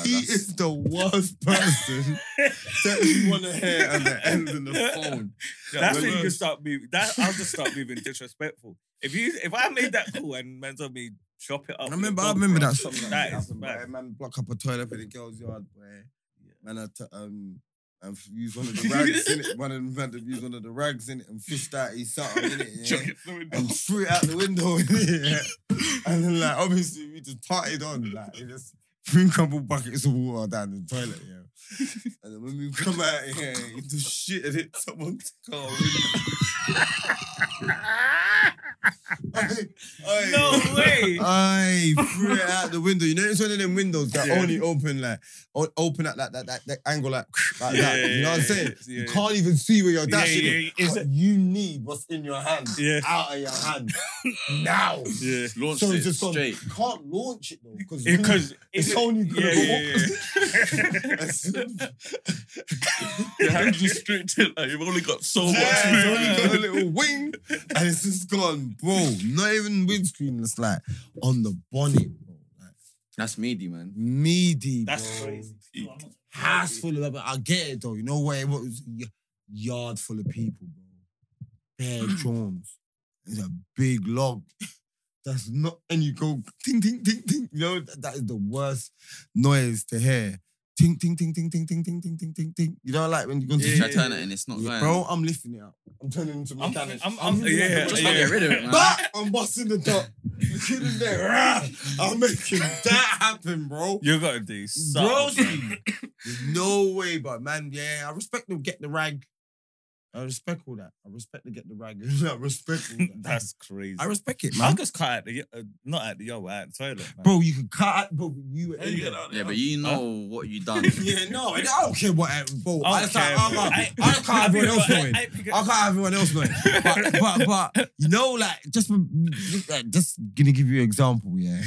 He is the worst person that you want to hear at the end of the phone. That's when well, you uh, can start moving. That I'll just start moving disrespectful. If you, if I made that call and man told me chop it up, I with remember, a I bug, remember bro, that something like That that is happened, boy. bad. Man, block up a toilet in the girls' yard, boy. Man, I t- um, I f- used one of the Did you rags do in it. One of them had used one of the rags in it and fished out his something in it, yeah, Um, Chuck it through the and threw it out the window in And then, like, obviously, we just partied on, like, it just threw a couple buckets of water down the toilet, yeah. And then when we come out here, he just shit and hit someone's car. No way. I threw it out the window. You know, it's one of them windows that Yeah. only open like o- open at like that that, that angle like, like Yeah, that. You know what I'm saying? yeah, you yeah. can't even see where you're Yeah, dashing yeah, it. yeah. Is But you need what's in your hand Yeah. out of your hand now. Yeah. Launched So it it's just gone. straight. You can't launch it though because Because It's only gonna yeah, yeah, yeah, yeah. Your hands restricted. Like, you've only got so Yeah, much it's room. only got a little wing, and it's just gone, bro. Not even windscreen. It's like on the bonnet, bro. Like That's meaty, man. meaty. That's bro. crazy. house full of. I get it though. You know what? It was y- yard Hmm. full of people, bro. Bare drums. It's a big log. That's not, and you go ting ting ting ting. You know that, that is the worst noise to hear. Ting ting ting ting ting ting ting ting ting ting ting. You know, like when you go to You try to turn it and it's not going. bro. I'm lifting it up. I'm turning into I'm- mechanic. I'm- I'm- lifting it up. yeah, Just Just can't yeah. get rid of it, man. But I'm busting the dot. You kidding me? Rah! I'm making that happen, bro. You gotta do Bro, something. there's no way, but man, yeah, I respect them get the rag. I respect all that. I respect the get the rag. I respect all that. That's crazy. I respect it, I man. just cut at the uh, not at the yo at the toilet. Man. Bro, you can cut out, bro. You were Hey, in you there. get out Yeah, there. but you know what you done. Yeah, no, I don't care what, eh, bro. I, Oh, I just don't care. like, I'm, I, I can't have everyone else knowing. I, can't have everyone else knowing. But, but, but, you know, like, just, just, like, just gonna give you an example, yeah.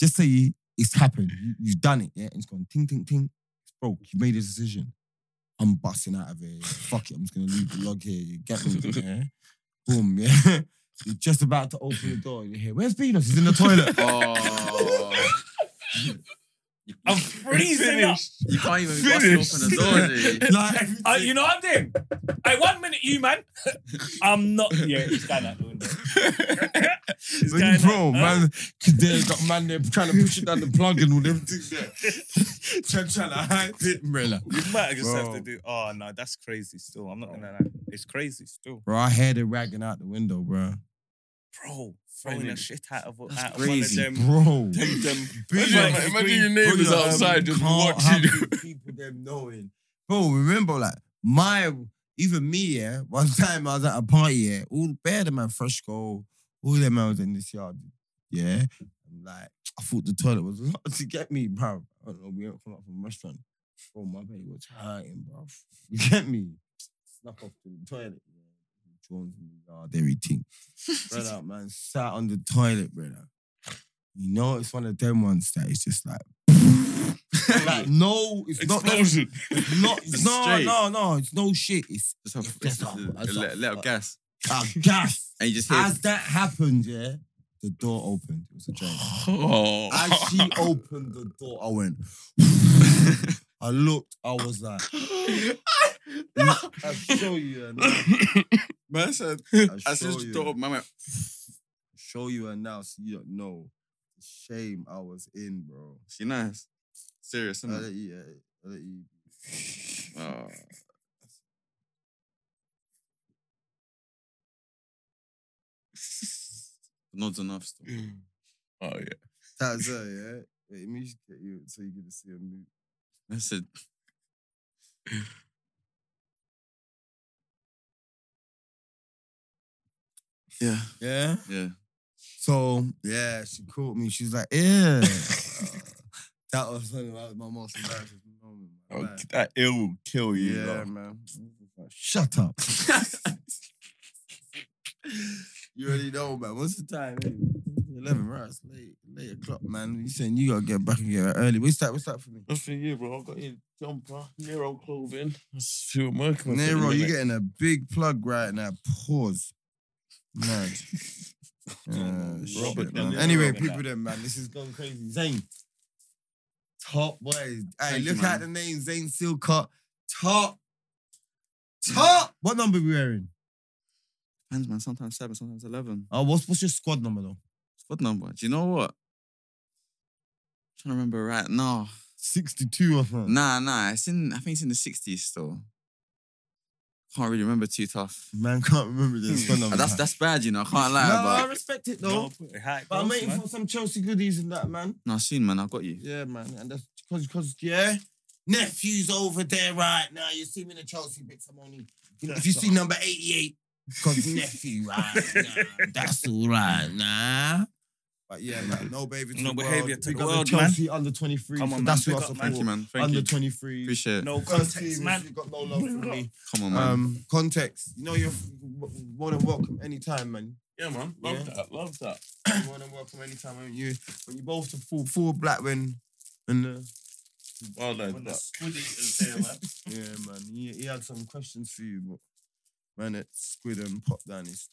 Just say you- it's happened, you, you've done it, yeah, and it's gone ting, ting, ting. It's broke. You made a decision. I'm busting out of here. yeah. Fuck it, I'm just gonna leave the log here. You get me, yeah. Boom, yeah. You're just about to open the door. You hear, where's Venus? He's in the toilet. Oh. You, I'm you- freezing up. you can't even bust it open the door, do you? like, Uh, you know what I'm doing? Hey, one minute, you man. I'm not. Yeah, he's going out the window. He's But going bro, out, uh, man, cause they got man, they're trying to push it down the plug and all them things there. trying, trying to hide it, umbrella. You might just have Bro. to do. Oh no, that's crazy. Still, I'm not gonna lie. It's crazy still, Bro, I heard it ragging out the window, bro. bro. Throwing the shit out of, That's out of one of crazy, them. Bro, Them- them- Big like Imagine, imagine your Bro, you neighbors know, outside just can't have watching these people them knowing. Bro, remember like my even me yeah. One time I was at a party yeah. All bare the man fresh go. All them man was in this yard yeah. I'm like I thought the toilet was locked to get me, bro. I don't know. We don't come up from a restaurant. Bro, my belly was hurting, bro. You get me? Snuck off to the toilet. Yeah. Jones in the yard, everything. brother, man, sat on the toilet, brother. You know, it's one of them ones that it's just like. like no, it's not. That's, Explosion. it's not It's no, straight. no, no. It's no shit. It's Just have, It's it's just just a- a it's a let- let fuck. out gas. a gas. And you just hear As that happened, yeah, the door opened. It was a joke. Oh. As she opened the door, I went. I looked. I was like, I show you her now. Man said, I I show said, you. door, man went, Show you her now, so you don't know the shame I was in, bro. she nice. Serious, I isn't let you, uh, I let you it? Oh. Nods enough still. Oh yeah. That's her, yeah. Wait, let me just get you so you get to see her move. I said, yeah, Yeah. yeah. So yeah, she caught me. She's like, yeah. that was something like my most embarrassing moment. man. Oh, uh, Like, that ill will kill you. yeah, lot. man. Like, Shut up. you already know, man. What's the time? eh? Eleven, right? It's late, late o'clock, man. You saying you gotta get back and get out early. What's that? What's that for me? That's for you, bro. I got your jumper, Nero clothing. That's who I'm working with. Nero, at the you're minute. getting a big plug right now. Pause. Mad. Uh, Robert shit, De man. Niro. Anyway, Robert people, then man, this is gone crazy. Zane, top boys. Hey, Thank you, look at man. the name Zane Silcott. Top, top. What number we wearing? Depends, man. Sometimes seven, sometimes eleven. Oh, what's what's your squad number though? Squad number. Do you know what? trying to remember right now. Sixty-two or something. Nah, nah. It's in. I think it's in the sixties still. Can't really remember too tough. Man, can't remember the squad Uh, number. That's that's bad, you know. I can't lie, Oh, no, I but respect it No, though. put it how it But I'm goes, waiting man. for some Chelsea goodies and that, man. no, soon, man. I got you. Yeah, man. And that's because, because yeah. Nephew's over there right now. You see me in the Chelsea bits. I'm only, you know, if you see number 88, because nephew right now. That's all right now. But yeah, man, no behavior to No the behaviour world. to Big the up world, Chelsea under 23. Come on, man. that's who I Big up, man. support. Thank you, man. Thank Under you. 23. Appreciate it. No First context, team, man. if you got no love for me. Come on, man. Um, context. You know you're f- w- more than welcome anytime, man. Yeah, man. Love Yeah. that. Love that. You're more than welcome anytime. I mean, you, but you both to full, full black when, and uh, Well done. When the That. squid is there, man. Yeah, man. He, he had some questions for you, but man, it squid and popped down his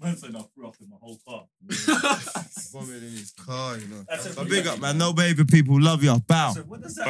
Man said I threw up in my whole car. vomit in his car, you know. That's a- But big up, man. No baby people. Love you. Bow. So what does that